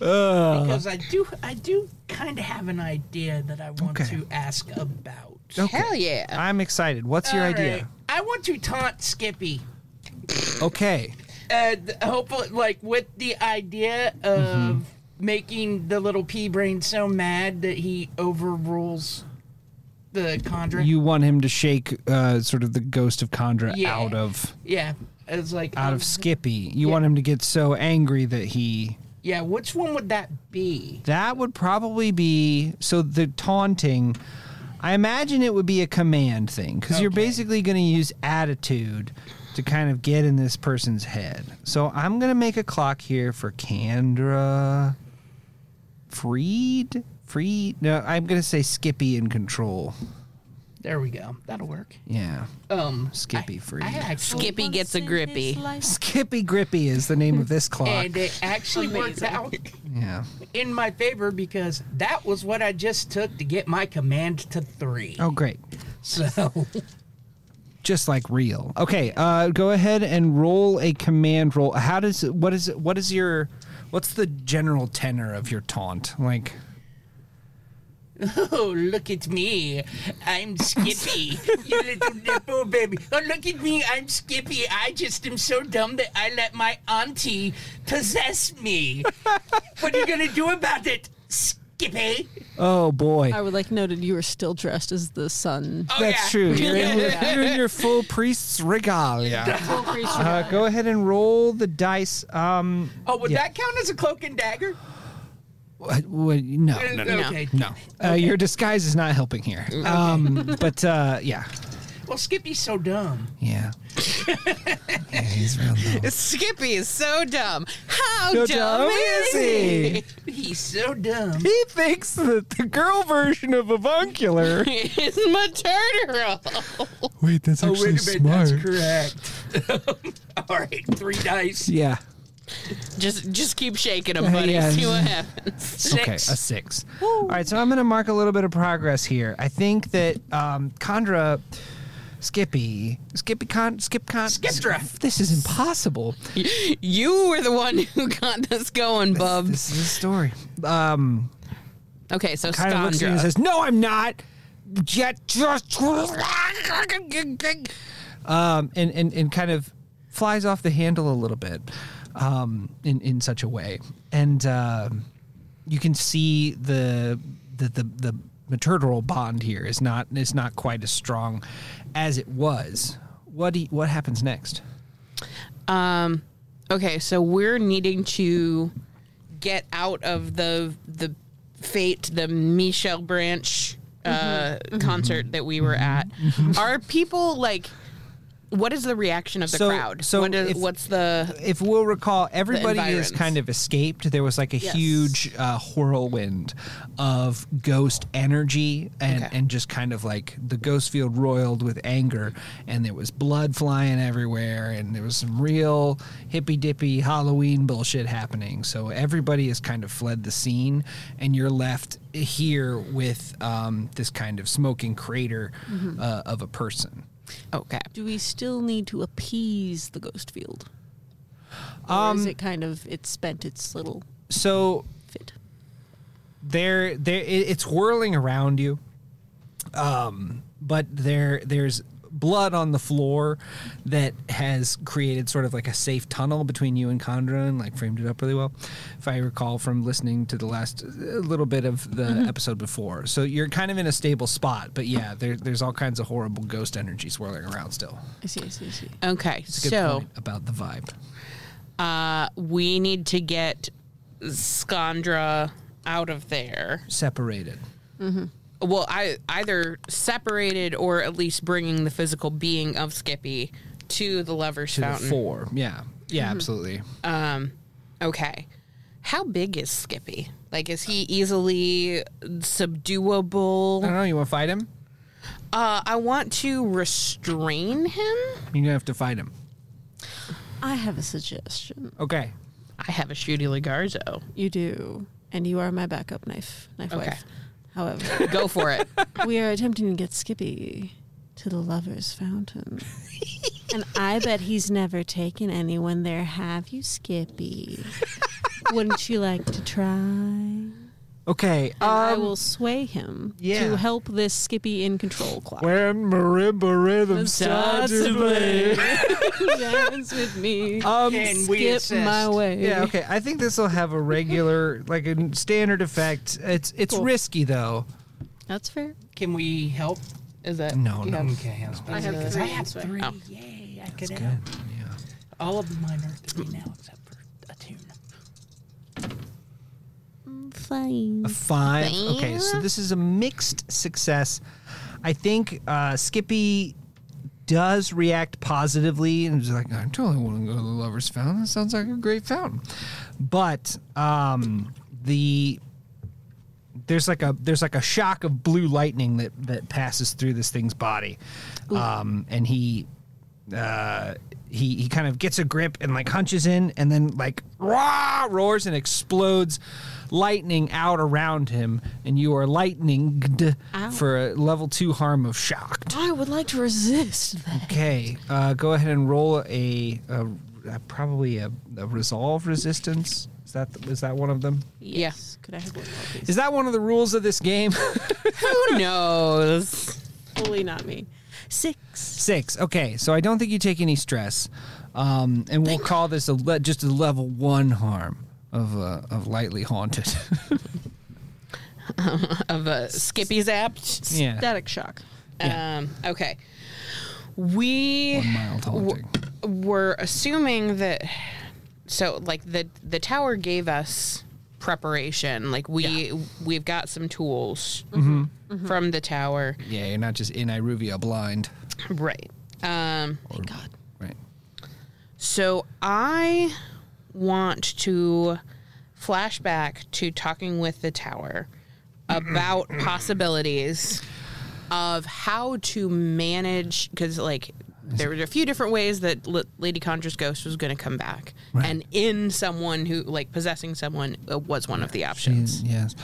Speaker 1: Ugh.
Speaker 4: Because I do, I do kind of have an idea that I want
Speaker 1: Okay.
Speaker 4: to ask about.
Speaker 1: Okay.
Speaker 2: Hell yeah!
Speaker 1: I'm excited. What's your
Speaker 4: All
Speaker 1: idea?
Speaker 4: right, I want to taunt Skippy.
Speaker 1: Okay.
Speaker 4: Uh, th- hopefully, like with the idea of
Speaker 1: Mm-hmm.
Speaker 4: making the little pea brain so mad that he overrules the Condra.
Speaker 1: You want him to shake uh, sort of the ghost of Condra
Speaker 4: Yeah.
Speaker 1: out of
Speaker 4: yeah, it's like
Speaker 1: out
Speaker 4: um,
Speaker 1: of Skippy. You
Speaker 4: yeah.
Speaker 1: want him to get so angry that he
Speaker 4: yeah. Which one would that be?
Speaker 1: That would probably be so the taunting. I imagine it would be a command thing because you're
Speaker 4: Okay.
Speaker 1: basically going to use attitude to kind of get in this person's head. So I'm going to make a clock here for Candra Freed. Freed? No, I'm going to say Skippy in control.
Speaker 4: There we go. That'll work.
Speaker 1: Yeah.
Speaker 4: Um,
Speaker 1: Skippy Freed.
Speaker 4: I actually.
Speaker 2: Skippy gets a grippy.
Speaker 1: Skippy Grippy is the name of this clock.
Speaker 4: And it actually worked out
Speaker 1: yeah.
Speaker 4: in my favor because that was what I just took to get my command to three.
Speaker 1: Oh, great.
Speaker 4: So
Speaker 1: just like real. Okay, uh, go ahead and roll a command roll. How does what is what is your what's the general tenor of your taunt? Like
Speaker 4: Oh, look at me. I'm Skippy. you little nipple baby. Oh, look at me. I'm Skippy. I just am so dumb that I let my auntie possess me. what are you going to do about it, Skippy?
Speaker 1: oh boy,
Speaker 3: I would like noted you were still dressed as the sun.
Speaker 4: Oh,
Speaker 1: that's
Speaker 4: yeah.
Speaker 1: true. You're in, your, you're in your full priest's regalia. Uh, go ahead and roll the dice. Um,
Speaker 4: Oh, would
Speaker 1: Yeah.
Speaker 4: that count as a cloak and dagger?
Speaker 1: what, what, no, no, no.
Speaker 4: Okay.
Speaker 1: No. Uh, your disguise is not helping here. Um, but uh, yeah,
Speaker 4: Well, Skippy's so dumb.
Speaker 1: Yeah. yeah he's real low.
Speaker 2: Skippy is so dumb. How
Speaker 1: So
Speaker 2: dumb,
Speaker 1: dumb
Speaker 2: is
Speaker 1: is
Speaker 2: he?
Speaker 4: He's so dumb.
Speaker 1: He thinks that the girl version of avuncular.
Speaker 2: It's maternal.
Speaker 1: Wait, that's
Speaker 4: Oh, wait a minute. That's correct. All right, three dice.
Speaker 1: Yeah.
Speaker 2: Just just keep shaking him,
Speaker 1: Yeah,
Speaker 2: buddy.
Speaker 1: yeah.
Speaker 2: See what happens.
Speaker 4: Six.
Speaker 1: Okay, a six. All right, so I'm going to mark a little bit of progress here. I think that um, Condra, Skippy, Skippy Con, Skip Con,
Speaker 4: Skipdra.
Speaker 1: This is impossible.
Speaker 2: You were the one who got this going, Bubs.
Speaker 1: This is a story. Um,
Speaker 2: Okay, so
Speaker 1: kind of looks at you and
Speaker 2: Scondra.
Speaker 1: says, "No, I'm not." Yet just um, and, and and kind of flies off the handle a little bit um, in in such a way, and um you can see the the the, the maternal bond here is not is not quite as strong as it was. What do you- what happens next?
Speaker 2: Um, okay, so we're needing to get out of the the fate, the Michelle Branch uh, concert that we were at. Are people like? What is the reaction of the
Speaker 1: So-
Speaker 2: crowd?
Speaker 1: so
Speaker 2: What is,
Speaker 1: if-
Speaker 2: what's the?
Speaker 1: if we'll recall, everybody is
Speaker 2: environs.
Speaker 1: kind of escaped. There was like a
Speaker 3: Yes.
Speaker 1: huge uh, whirlwind of ghost energy and,
Speaker 2: Okay.
Speaker 1: and just kind of like the ghost field roiled with anger. And there was blood flying everywhere. And there was some real hippy dippy Halloween bullshit happening. So everybody has kind of fled the scene. And you're left here with um, this kind of smoking crater
Speaker 2: Mm-hmm.
Speaker 1: uh, of a person.
Speaker 2: Okay,
Speaker 3: Do we still need to appease the ghost field? Or
Speaker 2: Um,
Speaker 3: is it kind of it's spent its little
Speaker 1: So
Speaker 3: fit?
Speaker 1: there there it, it's whirling around you um but there there's blood on the floor that has created sort of like a safe tunnel between you and Condra and like framed it up really well if i recall from listening to the last uh, little bit of the
Speaker 2: Mm-hmm.
Speaker 1: episode before so you're kind of in a stable spot but yeah there, there's all kinds of horrible ghost energy swirling around still
Speaker 3: I see, I see, I see.
Speaker 2: okay.
Speaker 1: it's a good
Speaker 2: So
Speaker 1: point about the vibe
Speaker 2: uh, we need to get Scondra out of there.
Speaker 1: separated
Speaker 2: well i either separated or at least bringing the physical being of skippy to the lovers
Speaker 1: to
Speaker 2: fountain
Speaker 1: the
Speaker 2: Mm-hmm.
Speaker 1: four yeah yeah absolutely
Speaker 2: um okay how big is skippy like is he easily
Speaker 1: i
Speaker 2: subduable
Speaker 1: don't know you want to fight him
Speaker 2: uh i want to restrain him
Speaker 1: you're gonna have to fight him
Speaker 3: I have a suggestion.
Speaker 1: okay
Speaker 2: i have a shooty legarzo
Speaker 3: You do, and you are my backup knife, knife
Speaker 2: Okay.
Speaker 3: wife. However,
Speaker 2: go for it
Speaker 3: we are attempting to get Skippy to the Lover's Fountain. and I bet he's never taken anyone there, have you, Skippy? Wouldn't you like to try?
Speaker 1: Okay.
Speaker 3: and I
Speaker 1: um,
Speaker 3: will sway him
Speaker 1: yeah.
Speaker 3: to help this Skippy in control clock.
Speaker 1: When marimba rhythm
Speaker 3: Starts to play. Dance with me.
Speaker 1: Um,
Speaker 4: And we
Speaker 3: Skip
Speaker 4: insist.
Speaker 3: my way.
Speaker 1: yeah. Okay. I think this will have a regular, like a standard effect. It's it's
Speaker 3: Cool.
Speaker 1: risky though.
Speaker 3: That's fair.
Speaker 4: Can we help?
Speaker 2: is that
Speaker 1: No,
Speaker 2: do you
Speaker 1: no.
Speaker 2: have-
Speaker 4: Okay, I,
Speaker 3: have
Speaker 4: have
Speaker 3: three,
Speaker 4: I have
Speaker 3: so-
Speaker 4: three.
Speaker 2: Oh.
Speaker 4: Yay! I could help. All of mine are three now, except for a tune.
Speaker 3: Fine.
Speaker 1: A five. Okay. So this is a mixed success. I think uh, Skippy does react positively and is like, I totally want to go to the Lover's Fountain. That sounds like a great fountain. But um, the there's like a there's like a shock of blue lightning that that passes through this thing's body, um, and he. Uh, he, he kind of gets a grip and like hunches in and then like rah, roars and explodes lightning out around him and you are lightninged
Speaker 3: Ow.
Speaker 1: for a level two harm of shocked.
Speaker 3: I would like to resist that.
Speaker 1: Okay, uh, go ahead and roll a, a, a probably a, a resolve resistance. Is that is that one of them?
Speaker 2: Yes.
Speaker 3: Could I have one more, please?
Speaker 1: Is that one of the rules of this game?
Speaker 2: who knows
Speaker 3: Fully not me. Six.
Speaker 1: Six. Okay, so I don't think you take any stress, um, and we'll call this a le- just a level one harm of uh, of lightly haunted.
Speaker 2: of a skippy's apt
Speaker 1: yeah,
Speaker 3: Static shock.
Speaker 2: um okay we
Speaker 1: one mild haunting.
Speaker 2: we're assuming that so like the the tower gave us preparation. Like we we've got some tools from the tower,
Speaker 1: Yeah, you're not just in Iruvia blind.
Speaker 2: right? Um,
Speaker 1: Thank God. Right.
Speaker 2: so I want to flash back to talking with the tower about possibilities of how to manage because like there were a few different ways that L- lady conjur's ghost was going to come back and in someone who like possessing someone uh, was one of the options
Speaker 1: She's, yes.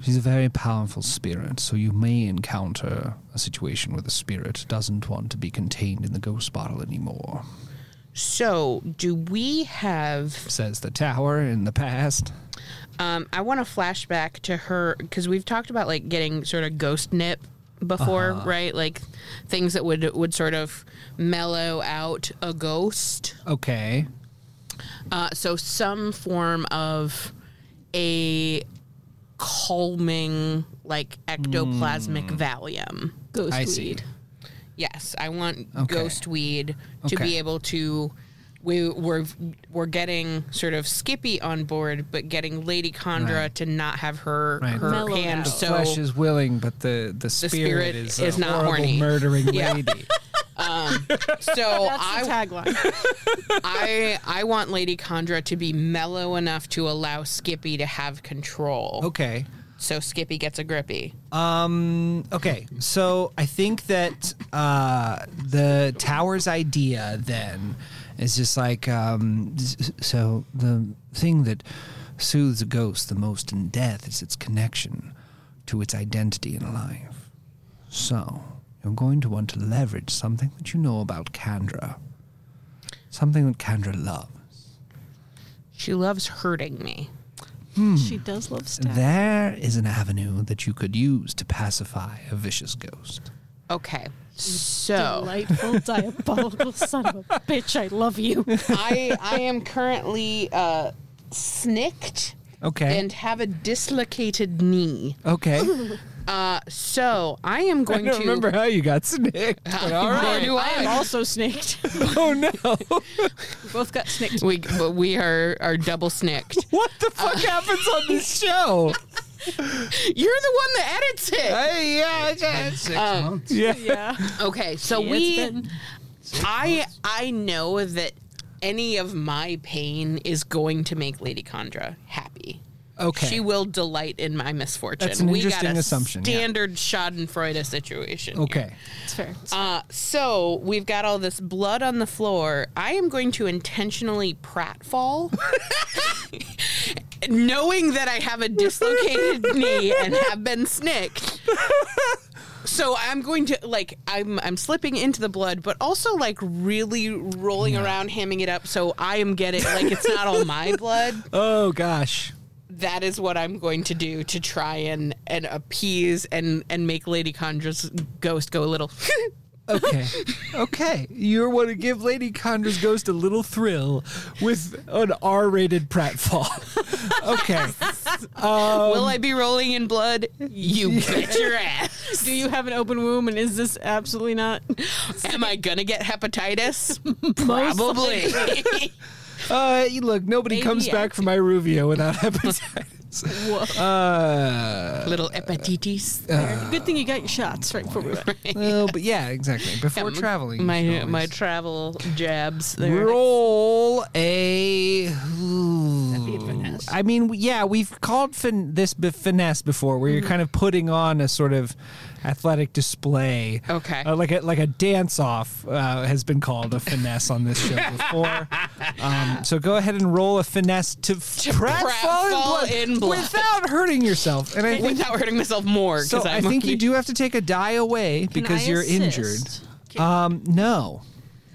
Speaker 1: She's a very powerful spirit, so you may encounter a situation where the spirit doesn't want to be contained in the ghost bottle anymore.
Speaker 2: So, do we have?
Speaker 1: Says the tower in the past.
Speaker 2: Um, I want to flashback to her because we've talked about like getting sort of ghost nip before, right? Like things that would would sort of mellow out a ghost.
Speaker 1: Okay.
Speaker 2: Uh, so, some form of a calming, like ectoplasmic Valium.
Speaker 3: Ghost
Speaker 1: Hmm. I
Speaker 3: weed.
Speaker 1: see.
Speaker 2: Yes, I want
Speaker 1: Okay.
Speaker 2: ghost weed to
Speaker 1: Okay.
Speaker 2: be able to. We, we're we're getting sort of Skippy on board, but getting Lady Condra
Speaker 1: Right.
Speaker 2: to not have her
Speaker 1: Right.
Speaker 2: her
Speaker 3: Mellowed
Speaker 2: hand
Speaker 3: out.
Speaker 2: so
Speaker 1: Flesh is willing, but the, the, spirit,
Speaker 2: spirit
Speaker 1: is,
Speaker 2: is
Speaker 1: a
Speaker 2: not
Speaker 1: horrible
Speaker 2: horny.
Speaker 1: murdering
Speaker 2: Yeah.
Speaker 1: lady.
Speaker 2: so
Speaker 3: That's
Speaker 2: I,
Speaker 3: the tagline.
Speaker 2: I I want Lady Condra to be mellow enough to allow Skippy to have control.
Speaker 1: okay.
Speaker 2: So Skippy gets a grippy.
Speaker 1: Um, okay, so I think that uh, the tower's idea then is just like um, s- so the thing that soothes a ghost the most in death is its connection to its identity in life. So you're going to want to leverage something that you know about Candra, something that Candra loves.
Speaker 2: She loves hurting me.
Speaker 3: She does love staff.
Speaker 1: There is an avenue that you could use to pacify a vicious ghost.
Speaker 2: Okay, so
Speaker 3: Delightful, diabolical son of a bitch. I love you.
Speaker 2: I I am currently uh, snicked.
Speaker 1: Okay.
Speaker 2: and have a dislocated knee.
Speaker 1: okay.
Speaker 2: Uh, so I am
Speaker 1: I
Speaker 2: going
Speaker 1: don't
Speaker 2: to
Speaker 1: remember how you got snicked. But all
Speaker 2: Nor
Speaker 1: right.
Speaker 2: do
Speaker 3: I am
Speaker 2: I.
Speaker 3: also snaked.
Speaker 1: Oh no!
Speaker 3: We both got snaked.
Speaker 2: We but we are are double snicked.
Speaker 1: What the
Speaker 2: Uh,
Speaker 1: fuck happens on this show?
Speaker 2: You're the one that edits it. Uh,
Speaker 1: Hey, yeah, yeah,
Speaker 4: Six months.
Speaker 1: yeah.
Speaker 3: Yeah.
Speaker 2: Okay, so
Speaker 3: It's
Speaker 2: we
Speaker 3: been-
Speaker 2: I I know that any of my pain is going to make Lady Condra happy.
Speaker 1: Okay.
Speaker 2: She will delight in my misfortune.
Speaker 1: That's an
Speaker 2: we got
Speaker 1: interesting
Speaker 2: a
Speaker 1: assumption, yeah.
Speaker 2: Standard Schadenfreude situation. here.
Speaker 1: Okay.
Speaker 3: It's fair. It's
Speaker 2: Uh, so we've got all this blood on the floor. I am going to intentionally pratfall, knowing that I have a dislocated knee and have been snicked. So I'm going to like I'm I'm slipping into the blood, but also like really rolling around, hamming it up. So I am getting like it's not all my blood.
Speaker 1: Oh gosh.
Speaker 2: That is what I'm going to do to try and and appease and and make Lady Condra's ghost go a little.
Speaker 1: Okay. Okay. You want to give Lady Condra's ghost a little thrill with an R-rated pratfall. Okay. Uh,
Speaker 2: Will I be rolling in blood? You bet your ass.
Speaker 3: Do you have an open womb and is this absolutely not?
Speaker 2: Am I gonna get hepatitis?
Speaker 3: Most
Speaker 2: Probably.
Speaker 1: Uh, you- look, nobody
Speaker 3: Maybe
Speaker 1: comes
Speaker 3: I-
Speaker 1: back from Iruvia without hepatitis. Uh,
Speaker 2: Little hepatitis.
Speaker 3: Good thing you got your shots right before we went.
Speaker 1: well, but yeah, exactly. Before traveling, you should
Speaker 2: My
Speaker 1: always-
Speaker 2: my travel jabs. There.
Speaker 1: Roll a. I mean, yeah, we've called fin- this b- finesse before, where you're kind of putting on a sort of athletic display.
Speaker 2: Okay.
Speaker 1: Uh, like a like a dance off uh, has been called a finesse on this show before. um, so go ahead and roll a finesse to, f- prat
Speaker 2: prat
Speaker 1: fall in
Speaker 2: fall
Speaker 1: blood
Speaker 2: in blood.
Speaker 1: without hurting yourself. And I think,
Speaker 2: Without hurting myself more.
Speaker 1: so.
Speaker 2: 'cause
Speaker 1: I
Speaker 2: I'm
Speaker 1: think you
Speaker 2: already-
Speaker 1: do have to take a die away
Speaker 3: Can
Speaker 1: because
Speaker 3: I
Speaker 1: you're
Speaker 3: assist?
Speaker 1: injured. Um, no.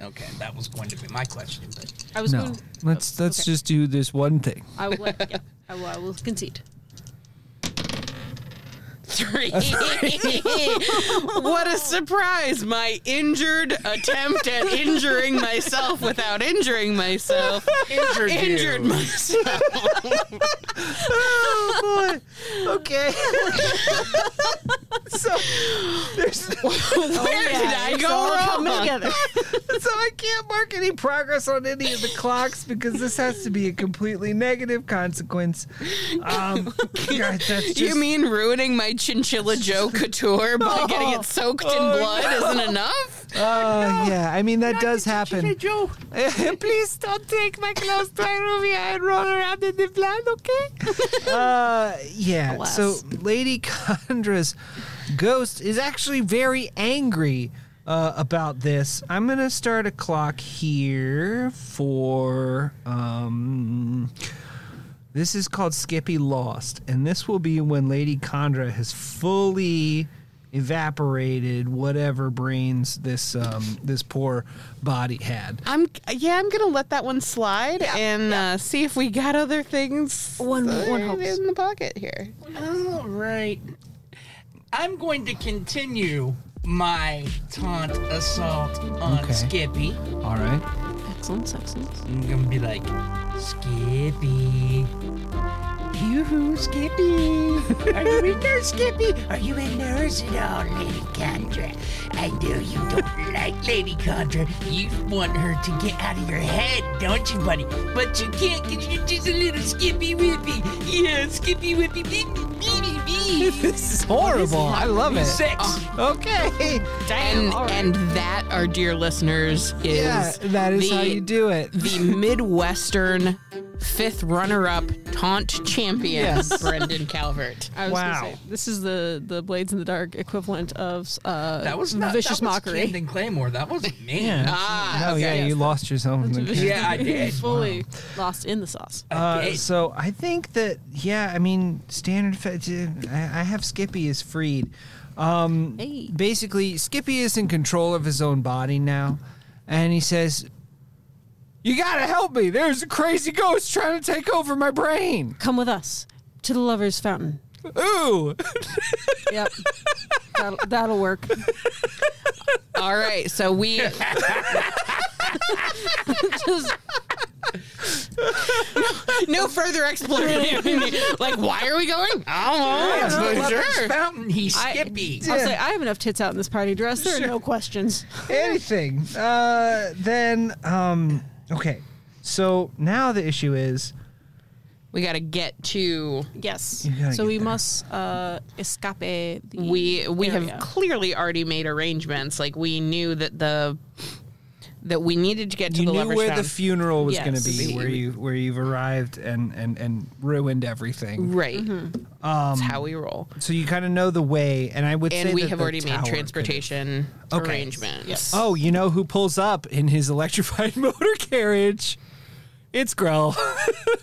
Speaker 4: Okay, that was going to be my question, but
Speaker 3: I was
Speaker 1: No,
Speaker 3: going.
Speaker 1: let's
Speaker 4: Oh,
Speaker 1: let's
Speaker 3: okay.
Speaker 1: just do this one thing.
Speaker 3: I will. Let, yeah, I will. I will concede.
Speaker 2: three. what a surprise! My injured attempt at injuring myself without injuring myself.
Speaker 4: injured,
Speaker 2: Injured myself.
Speaker 1: Oh boy. Okay.
Speaker 4: so there's
Speaker 2: Where did I
Speaker 3: Oh, it's
Speaker 2: go
Speaker 3: all coming
Speaker 2: wrong?
Speaker 3: Together.
Speaker 4: so I can't mark any progress on any of the clocks because this has to be a completely negative consequence. Um, God, that's just,
Speaker 2: you mean ruining my chinchilla Joe couture by getting it soaked in blood isn't enough?
Speaker 1: Oh yeah, I mean that does happen.
Speaker 4: Joe?
Speaker 1: Please
Speaker 4: Don't take my clothes to Iruvia and roll around in the blood, okay?
Speaker 1: Uh, yeah.
Speaker 3: Alas.
Speaker 1: So Lady Condra's ghost is actually very angry uh, about this. I'm gonna start a clock here for um. This is called Skippy Lost, and this will be when Lady Condra has fully evaporated whatever brains this um, this poor body had.
Speaker 2: I'm yeah, I'm gonna let that one slide and uh, see if we got other things
Speaker 3: One-
Speaker 2: uh,
Speaker 3: one hopes.
Speaker 2: in the pocket here.
Speaker 4: All right. I'm going to continue my taunt assault on
Speaker 1: Okay.
Speaker 4: Skippy.
Speaker 1: All right.
Speaker 3: Excellent, excellent.
Speaker 4: I'm gonna be like, Skippy. Yoo-hoo, Skippy. Are you in there, Skippy? Are you in there? Is it all Lady Condra? I know you don't like Lady Condra. You want her to get out of your head, don't you, buddy? But you can't because you're just a little Skippy Whippy. Yeah, Skippy Whippy. Beep, beep, beep, beep, beep.
Speaker 1: This is horrible. I love it.
Speaker 4: Six.
Speaker 3: Oh,
Speaker 1: Okay.
Speaker 2: and and that, our dear listeners, is
Speaker 1: Yeah, that is how you do it.
Speaker 2: the Midwestern fifth runner-up taunt champion,
Speaker 1: Yes.
Speaker 2: Brendan Calvert.
Speaker 3: I was
Speaker 1: Wow.
Speaker 3: wow. Say, this is the the Blades in the Dark equivalent of uh,
Speaker 4: That was not
Speaker 3: vicious
Speaker 4: that was
Speaker 3: mockery.
Speaker 4: Camden Claymore. That wasn't me.
Speaker 2: Ah,
Speaker 1: Oh yeah,
Speaker 2: okay.
Speaker 1: you lost yourself. In the
Speaker 4: Yeah, I did.
Speaker 3: Fully lost in the sauce.
Speaker 1: uh,
Speaker 4: did.
Speaker 1: so I think that yeah, I mean standard. Fa- I, I have Skippy is freed. Um,
Speaker 3: Hey.
Speaker 1: Basically, Skippy is in control of his own body now, and he says, "You gotta help me. There's a crazy ghost trying to take over my brain."
Speaker 3: Come with us to the Lover's Fountain.
Speaker 1: Ooh.
Speaker 3: Yep, that'll, that'll work.
Speaker 2: All right, so we
Speaker 3: Just
Speaker 2: no further explanation. like, why are we going? I don't know. I'm not sure.
Speaker 4: Fountain, he's
Speaker 3: I-
Speaker 4: Skippy.
Speaker 3: I'll say I have enough tits out in this party dress. There are no questions.
Speaker 1: anything. Uh, then um, okay. So now the issue is
Speaker 2: We got to get to.
Speaker 3: Yes.
Speaker 1: You gotta
Speaker 3: So
Speaker 1: get
Speaker 3: we
Speaker 1: there.
Speaker 3: must uh, escape. The
Speaker 2: We we
Speaker 3: area.
Speaker 2: have clearly already made arrangements. Like we knew that the that we needed to get to
Speaker 1: you
Speaker 2: the
Speaker 1: knew
Speaker 2: lovers'
Speaker 1: where
Speaker 2: Fountain.
Speaker 1: the funeral was going to
Speaker 3: Yes.
Speaker 1: be, where you where you've arrived and and and ruined everything.
Speaker 2: Right.
Speaker 1: Mm-hmm. Um,
Speaker 2: That's how we roll.
Speaker 1: So you kind of know the way, and I would say
Speaker 2: And we
Speaker 1: that
Speaker 2: have
Speaker 1: the
Speaker 2: already
Speaker 1: tower
Speaker 2: made
Speaker 1: could've-
Speaker 2: transportation
Speaker 1: Okay.
Speaker 2: arrangements.
Speaker 3: Yes.
Speaker 1: Oh, you know who pulls up in his electrified motor carriage? It's Grell.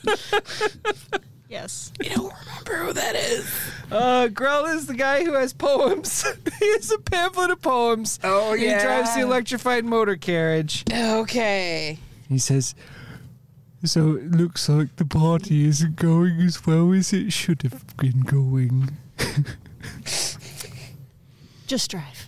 Speaker 3: Yes.
Speaker 2: You don't remember who that is.
Speaker 1: Uh, Grell is the guy who has poems. he has a pamphlet of poems.
Speaker 4: Oh,
Speaker 1: And He drives the
Speaker 4: yeah.
Speaker 1: electrified motor carriage.
Speaker 2: Okay.
Speaker 1: He says, So it looks like the party isn't going as well as it should have been going.
Speaker 3: Just drive.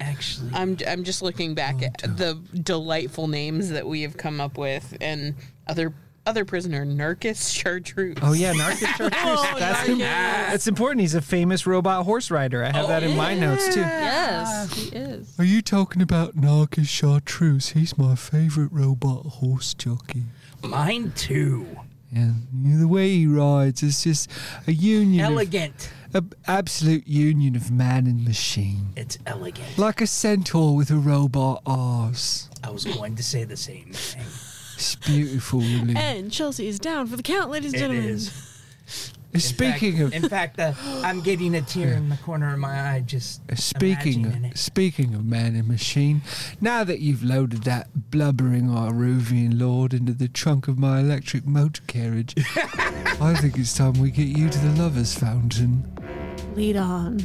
Speaker 4: Actually,
Speaker 2: I'm I'm just looking back at the delightful names that we have come up with and other other prisoner Narcus Chartreuse.
Speaker 1: Oh, yeah, Narcus Chartreuse.
Speaker 2: Oh,
Speaker 1: that's, im- that's important. He's a famous robot horse rider. I have that in my notes, too.
Speaker 3: Yes, he is.
Speaker 5: Are you talking about Narcus Chartreuse? He's my favourite robot horse jockey.
Speaker 4: mine too.
Speaker 5: Yeah, the way he rides is just a union,
Speaker 4: Elegant.
Speaker 5: of, a absolute union of man and machine.
Speaker 4: It's elegant.
Speaker 5: Like a centaur with a robot arse.
Speaker 4: I was going to say the same thing.
Speaker 5: It's beautiful, really.
Speaker 3: And Chelsea is down for the count, ladies and
Speaker 4: It
Speaker 3: gentlemen.
Speaker 4: is.
Speaker 5: speaking
Speaker 4: in
Speaker 5: of
Speaker 4: fact, in fact, uh, I'm getting a tear in the corner of my eye just
Speaker 5: Uh, Speaking
Speaker 4: imagining
Speaker 5: of,
Speaker 4: it.
Speaker 5: speaking of man and machine, now that you've loaded that blubbering Iruvian lord into the trunk of my electric motor carriage, I think it's time we get you to the lovers' fountain.
Speaker 3: Lead on.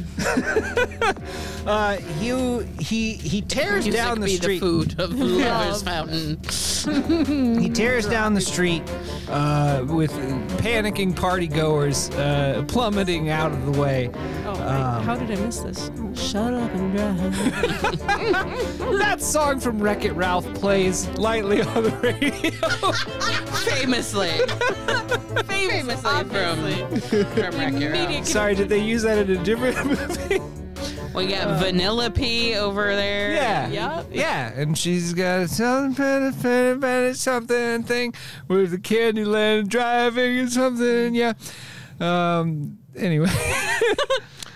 Speaker 1: Uh, you, he, he tears
Speaker 2: Music
Speaker 1: down the
Speaker 2: be
Speaker 1: street.
Speaker 2: the food of the lovers' fountain.
Speaker 1: He tears down the street uh, with panicking party goers uh, plummeting out of the way.
Speaker 3: Oh, I- how did I miss this? Um, Shut up and drive.
Speaker 1: That song from Wreck It Ralph plays lightly on the radio.
Speaker 2: Famously. Famously from, from Wreck-It Ralph.
Speaker 1: Sorry, did they use that in a different movie?
Speaker 2: We got Vanilla P over there.
Speaker 1: Oh. Yeah.
Speaker 3: Yup.
Speaker 1: Yeah. And she's got something, something, something thing with the Candyland driving and something. Yeah. Um. Anyway,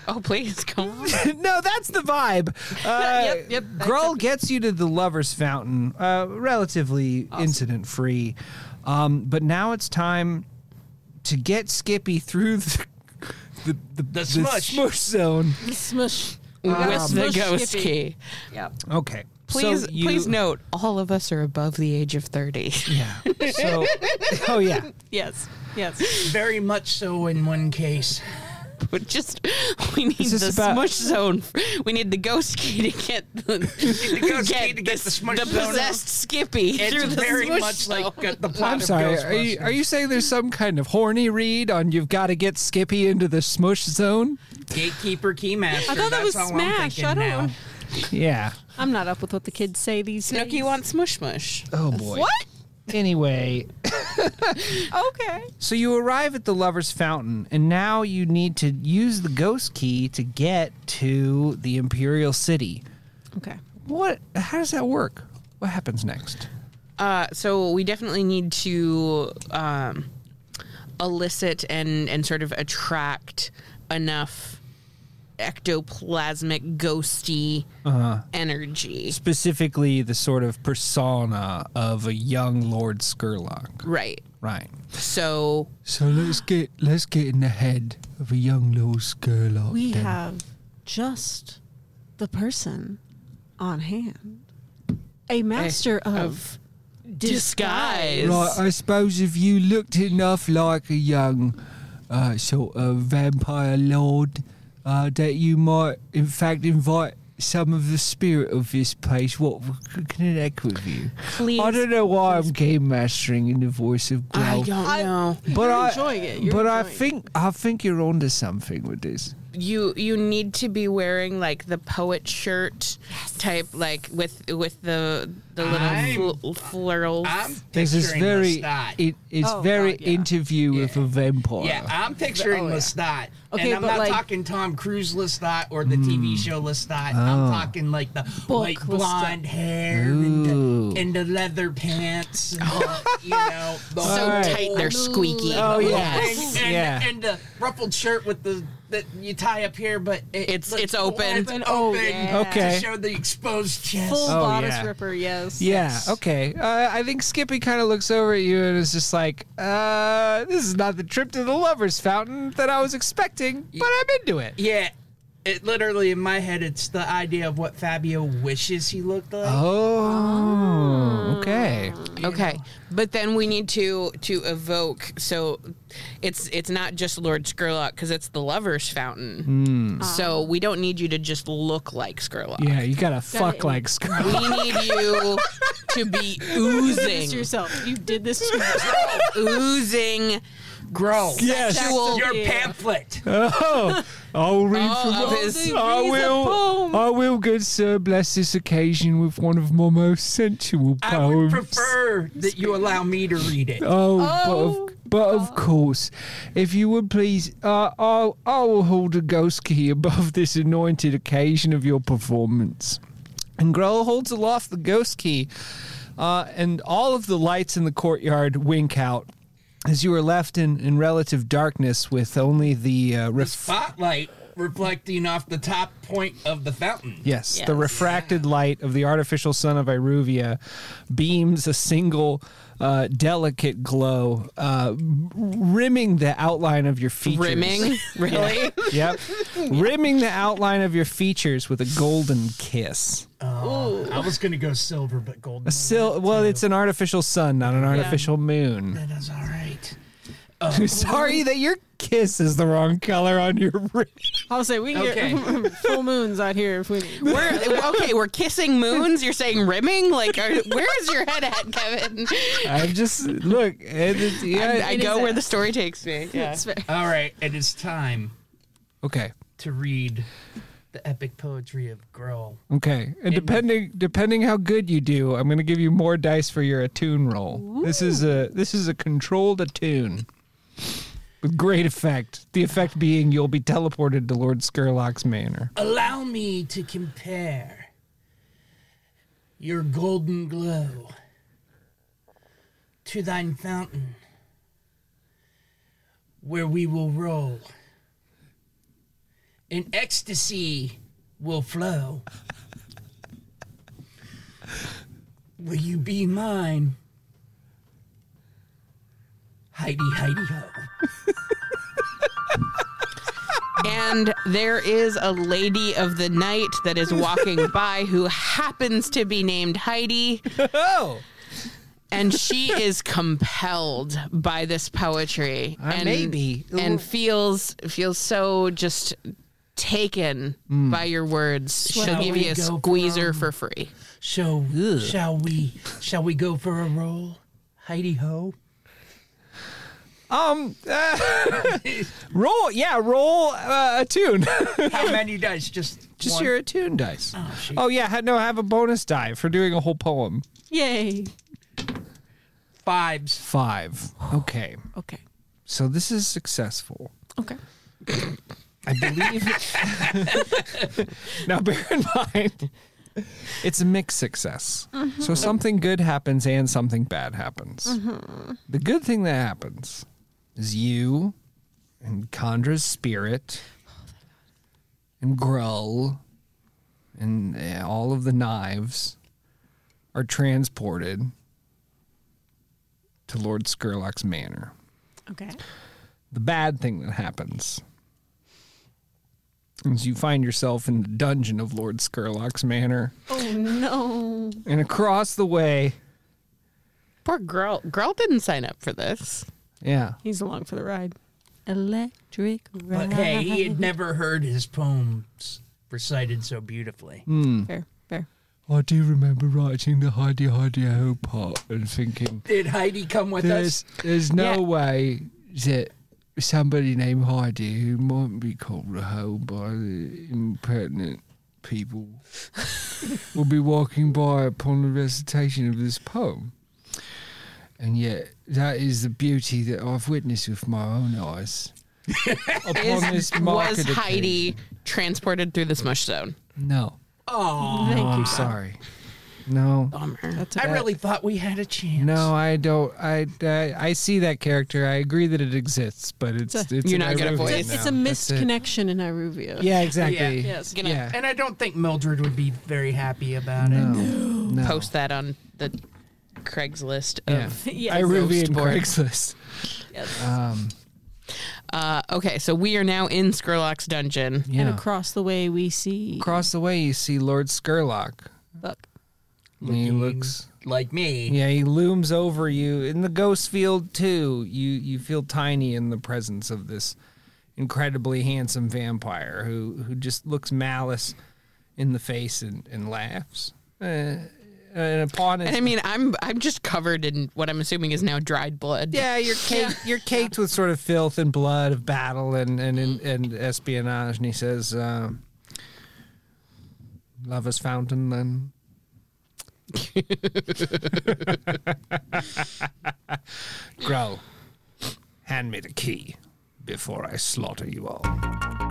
Speaker 2: Oh, please, come on.
Speaker 1: no, that's the vibe. Uh,
Speaker 2: Yep, yep, that's
Speaker 1: Girl gets you to the Lover's Fountain, uh, relatively incident free. Um, but now it's time to get Skippy through the the, the, the
Speaker 4: smush.
Speaker 1: smush zone.
Speaker 3: Smush.
Speaker 2: With the
Speaker 3: Smush
Speaker 2: ghost
Speaker 3: Skippy.
Speaker 2: key.
Speaker 1: Okay. so
Speaker 2: Please,
Speaker 1: you-
Speaker 2: please note, all of us are above the age of 30.
Speaker 1: Yeah. So, oh yeah.
Speaker 3: Yes. Yes.
Speaker 4: Very much so in one case.
Speaker 2: But just, we need
Speaker 1: This is
Speaker 2: the
Speaker 1: about-
Speaker 2: smush zone. We need the ghost key to get the,
Speaker 4: The ghost
Speaker 2: get
Speaker 4: key to get
Speaker 2: this-
Speaker 4: the smush
Speaker 2: the
Speaker 4: zone.
Speaker 2: possessed Skippy through
Speaker 4: It's
Speaker 2: the
Speaker 4: very
Speaker 2: smush
Speaker 4: much
Speaker 2: zone.
Speaker 4: like uh, the plot
Speaker 1: I'm
Speaker 4: of
Speaker 1: sorry. Are you,
Speaker 4: Ghostbusters.
Speaker 1: are you saying there's some kind of horny read on you've got to get Skippy into the smush zone?
Speaker 4: Gatekeeper, keymaster.
Speaker 3: I thought that
Speaker 4: that's
Speaker 3: was
Speaker 4: all I'm
Speaker 3: Smash.
Speaker 4: thinking
Speaker 3: I don't
Speaker 4: now.
Speaker 3: know.
Speaker 1: Yeah.
Speaker 3: I'm not up with what the kids say these days.
Speaker 2: Snooky wants smush mush.
Speaker 1: Oh boy.
Speaker 2: What?
Speaker 1: Anyway,
Speaker 3: Okay.
Speaker 1: so you arrive at the Lover's Fountain, and now you need to use the ghost key to get to the Imperial City.
Speaker 3: Okay.
Speaker 1: What? How does that work? What happens next?
Speaker 2: Uh, so we definitely need to um, elicit and and sort of attract enough ectoplasmic ghosty
Speaker 1: Uh-huh.
Speaker 2: energy,
Speaker 1: Specifically, the sort of persona of a young Lord Skurlock.
Speaker 2: right?
Speaker 1: Right.
Speaker 2: So
Speaker 5: So let's get let's get in the head of a young little Skurlock.
Speaker 3: We
Speaker 5: then.
Speaker 3: have just the person on hand. A master Eh, of,
Speaker 2: disguise.
Speaker 5: Right, I suppose if you looked enough like a young uh, sort of vampire lord, uh, that you might in fact invite some of the spirit of this place. What can connect with you?
Speaker 2: Please.
Speaker 5: I don't know why I'm game mastering in the voice of
Speaker 2: I
Speaker 5: Growl.
Speaker 2: don't know.
Speaker 5: But
Speaker 3: You're
Speaker 5: I,
Speaker 3: enjoying it. You're
Speaker 5: but I
Speaker 3: enjoying it.
Speaker 5: think I think you're onto something with this.
Speaker 2: You you need to be wearing like the poet shirt type, like with with the the little
Speaker 4: I'm-
Speaker 2: fl- florals.
Speaker 4: I'm
Speaker 5: There's this
Speaker 4: picturing
Speaker 5: very
Speaker 4: Lestat.
Speaker 5: it, it's
Speaker 3: Oh,
Speaker 5: very
Speaker 3: God, yeah.
Speaker 5: interview with a
Speaker 1: Oh,
Speaker 5: vampire.
Speaker 4: Yeah, I'm picturing Lestat.
Speaker 3: Okay,
Speaker 4: and I'm
Speaker 3: but
Speaker 4: not
Speaker 3: like-
Speaker 4: talking Tom Cruise Lestat or the TV show Lestat. I'm talking like the
Speaker 3: Book
Speaker 4: like
Speaker 3: Lestat.
Speaker 4: blonde hair and
Speaker 5: Ooh.
Speaker 4: the, and the leather pants. And the, you know, the
Speaker 2: so
Speaker 4: whole-
Speaker 2: tight they're squeaky.
Speaker 1: Oh
Speaker 4: And,
Speaker 1: yes.
Speaker 4: and,
Speaker 1: yeah.
Speaker 4: and the ruffled shirt with the that you tie up here, but it,
Speaker 2: It's-
Speaker 4: looks
Speaker 2: it's open.
Speaker 4: wide
Speaker 3: Oh,
Speaker 4: open
Speaker 3: yeah.
Speaker 1: Okay.
Speaker 4: to show the exposed chest.
Speaker 3: Full
Speaker 1: Oh,
Speaker 3: bodice
Speaker 1: yeah.
Speaker 3: ripper, yes.
Speaker 1: Yeah. Okay. Uh, I think Skippy kind of looks over at you and is just like, uh, "This is not the trip to the lovers' fountain that I was expecting, but I'm into it."
Speaker 4: Yeah, it literally in my head, it's the idea of what Fabio wishes he looked like.
Speaker 1: Oh. Okay.
Speaker 2: Okay, but then we need to to evoke. So it's it's not just Lord Skurlock because it's the Lovers Fountain. So we don't need you to just look like Skurlock.
Speaker 1: Yeah. You gotta fuck
Speaker 3: it.
Speaker 1: like Scarlet.
Speaker 2: We need you to be
Speaker 3: This to
Speaker 2: oozing,
Speaker 3: yourself. You did this to yourself.
Speaker 2: oozing
Speaker 4: Grow.
Speaker 1: Yes.
Speaker 2: sexual.
Speaker 4: Your
Speaker 3: Yeah.
Speaker 4: pamphlet.
Speaker 1: Oh. I will read
Speaker 2: Oh,
Speaker 1: from
Speaker 2: of his-
Speaker 5: I
Speaker 3: He's a
Speaker 5: will.
Speaker 3: poem.
Speaker 5: I will, good sir, bless this occasion with one of my most sensual
Speaker 4: I would
Speaker 5: poems.
Speaker 4: prefer that you allow me to read it.
Speaker 5: Oh,
Speaker 3: Oh.
Speaker 5: but of, but of course, if you would please, uh, I'll I will hold a ghost key above this anointed occasion of your performance.
Speaker 1: And Grell holds aloft the ghost key, uh, and all of the lights in the courtyard wink out as you are left in, in relative darkness with only the uh,
Speaker 4: The
Speaker 1: ref-
Speaker 4: spotlight reflecting off the top point of the fountain.
Speaker 1: yes,
Speaker 3: Yes.
Speaker 1: the refracted light of the artificial sun of Iruvia beams a single uh, delicate glow, uh, rimming the outline of your features.
Speaker 2: Rimming, really?
Speaker 1: Yep. rimming the outline of your features with a golden kiss.
Speaker 4: Oh, I was gonna go silver, but gold.
Speaker 1: A sil- well, it's an artificial sun, not an artificial moon.
Speaker 4: That's all right.
Speaker 1: Sorry that your kiss is the wrong color on your ring.
Speaker 3: I'll say we can
Speaker 4: Okay.
Speaker 3: get full moons out here if we need.
Speaker 2: We're okay. We're kissing moons. You're saying rimming? Like, are, where is your head at, Kevin?
Speaker 1: I'm just look. and it's- yeah,
Speaker 2: I
Speaker 3: It
Speaker 2: go
Speaker 3: is
Speaker 2: where
Speaker 3: a-
Speaker 2: the story takes me. Yeah.
Speaker 3: It's fair.
Speaker 4: All right, it is time
Speaker 1: okay.
Speaker 4: to read the epic poetry of Grohl.
Speaker 5: Okay, and depending depending how good you do, I'm going to give you more dice for your attune roll. This is a this is a controlled attune with great effect. The effect being you'll be teleported to Lord Skurlock's manor.
Speaker 4: Allow me to compare your golden glow to thine fountain, where we will roll. In ecstasy will flow. Will you be mine? Heidi, Heidi, ho.
Speaker 2: And there is a lady of the night that is walking by who happens to be named Heidi.
Speaker 5: Oh,
Speaker 2: and she is compelled by this poetry
Speaker 5: Uh,
Speaker 2: and
Speaker 5: maybe.
Speaker 2: and feels feels so just taken by your words she'll
Speaker 4: Shall
Speaker 2: give
Speaker 4: we
Speaker 2: you a
Speaker 4: go for
Speaker 2: squeezer
Speaker 4: a-
Speaker 2: for free
Speaker 4: Shall shall we shall we go for a roll? Heidi ho.
Speaker 5: um, roll yeah, roll uh, attune.
Speaker 4: How many dice? Just
Speaker 5: Just
Speaker 4: one?
Speaker 5: your attune dice.
Speaker 4: Oh, shoot.
Speaker 5: Oh yeah, ha- no, have a bonus die for doing a whole poem.
Speaker 3: Yay.
Speaker 4: fives.
Speaker 5: Five. Okay,
Speaker 3: Okay.
Speaker 5: so this is successful.
Speaker 3: Okay.
Speaker 5: I believe. now, bear in mind, it's a mixed success. So something good happens and something bad happens. The good thing that happens is you and Condra's spirit and Grull and uh, all of the knives are transported to Lord Skurlock's manor.
Speaker 3: Okay.
Speaker 5: The bad thing that happens is you find yourself in the dungeon of Lord Skurlock's manor,
Speaker 3: Oh no.
Speaker 5: and across the way,
Speaker 2: poor girl girl didn't sign up for this
Speaker 5: yeah,
Speaker 3: He's along for the ride. Electric ride.
Speaker 4: But hey, he had never heard his poems recited so beautifully.
Speaker 3: Fair. Fair.
Speaker 6: I do remember writing the Heidi Heidi Ho part and thinking,
Speaker 4: Did Heidi come with
Speaker 6: there's,
Speaker 4: us?
Speaker 6: there's no
Speaker 2: Yeah.
Speaker 6: way that somebody named Heidi, who might be called a hoe by the impertinent people, will be walking by upon the recitation of this poem. And yet, that is the beauty that I've witnessed with my own eyes. upon
Speaker 2: is, was
Speaker 6: market
Speaker 2: heidi
Speaker 6: occasion.
Speaker 2: transported through the smush zone
Speaker 6: No.
Speaker 4: Oh,
Speaker 3: Thank
Speaker 2: Ah.
Speaker 3: you.
Speaker 6: I'm sorry. No.
Speaker 2: bummer
Speaker 3: That's
Speaker 4: I
Speaker 3: okay.
Speaker 4: really thought we had a chance.
Speaker 5: No, I don't. I, I I see that character. I agree that it exists, but it's
Speaker 3: It's
Speaker 5: it's,
Speaker 3: a-
Speaker 2: You're
Speaker 5: in
Speaker 2: not gonna
Speaker 5: Iruvia
Speaker 2: voice.
Speaker 5: now.
Speaker 3: it's, it's a
Speaker 5: That's
Speaker 3: missed
Speaker 5: it.
Speaker 3: connection in Iruvia.
Speaker 5: Yeah, exactly.
Speaker 4: Yeah.
Speaker 3: Yes.
Speaker 2: gonna
Speaker 5: Yeah.
Speaker 4: And I don't think Mildred would be very happy about
Speaker 5: No,
Speaker 4: it.
Speaker 5: no.
Speaker 2: post that on the craigslist
Speaker 5: yeah.
Speaker 2: of
Speaker 3: Yes.
Speaker 5: Iruvia and
Speaker 2: board.
Speaker 5: Craigslist.
Speaker 3: Yes.
Speaker 5: Um,
Speaker 2: uh, okay so we are now in skurlock's dungeon
Speaker 5: yeah.
Speaker 3: And across the way we see
Speaker 5: across the way, you see Lord Skurlock.
Speaker 3: Buck.
Speaker 5: And He
Speaker 4: Looking
Speaker 5: looks
Speaker 4: like me.
Speaker 5: Yeah, he looms over you in the ghost field too. You you feel tiny in the presence of this incredibly handsome vampire who who just looks malice in the face and, and laughs. Uh, and upon his
Speaker 2: And I mean, I'm I'm just covered in what I'm assuming is now dried blood.
Speaker 5: yeah, you're caked, you're caked with sort of filth and blood of battle and and and, and espionage. And he says, uh, "Lover's fountain." Then growl. Hand me the key before I slaughter you all.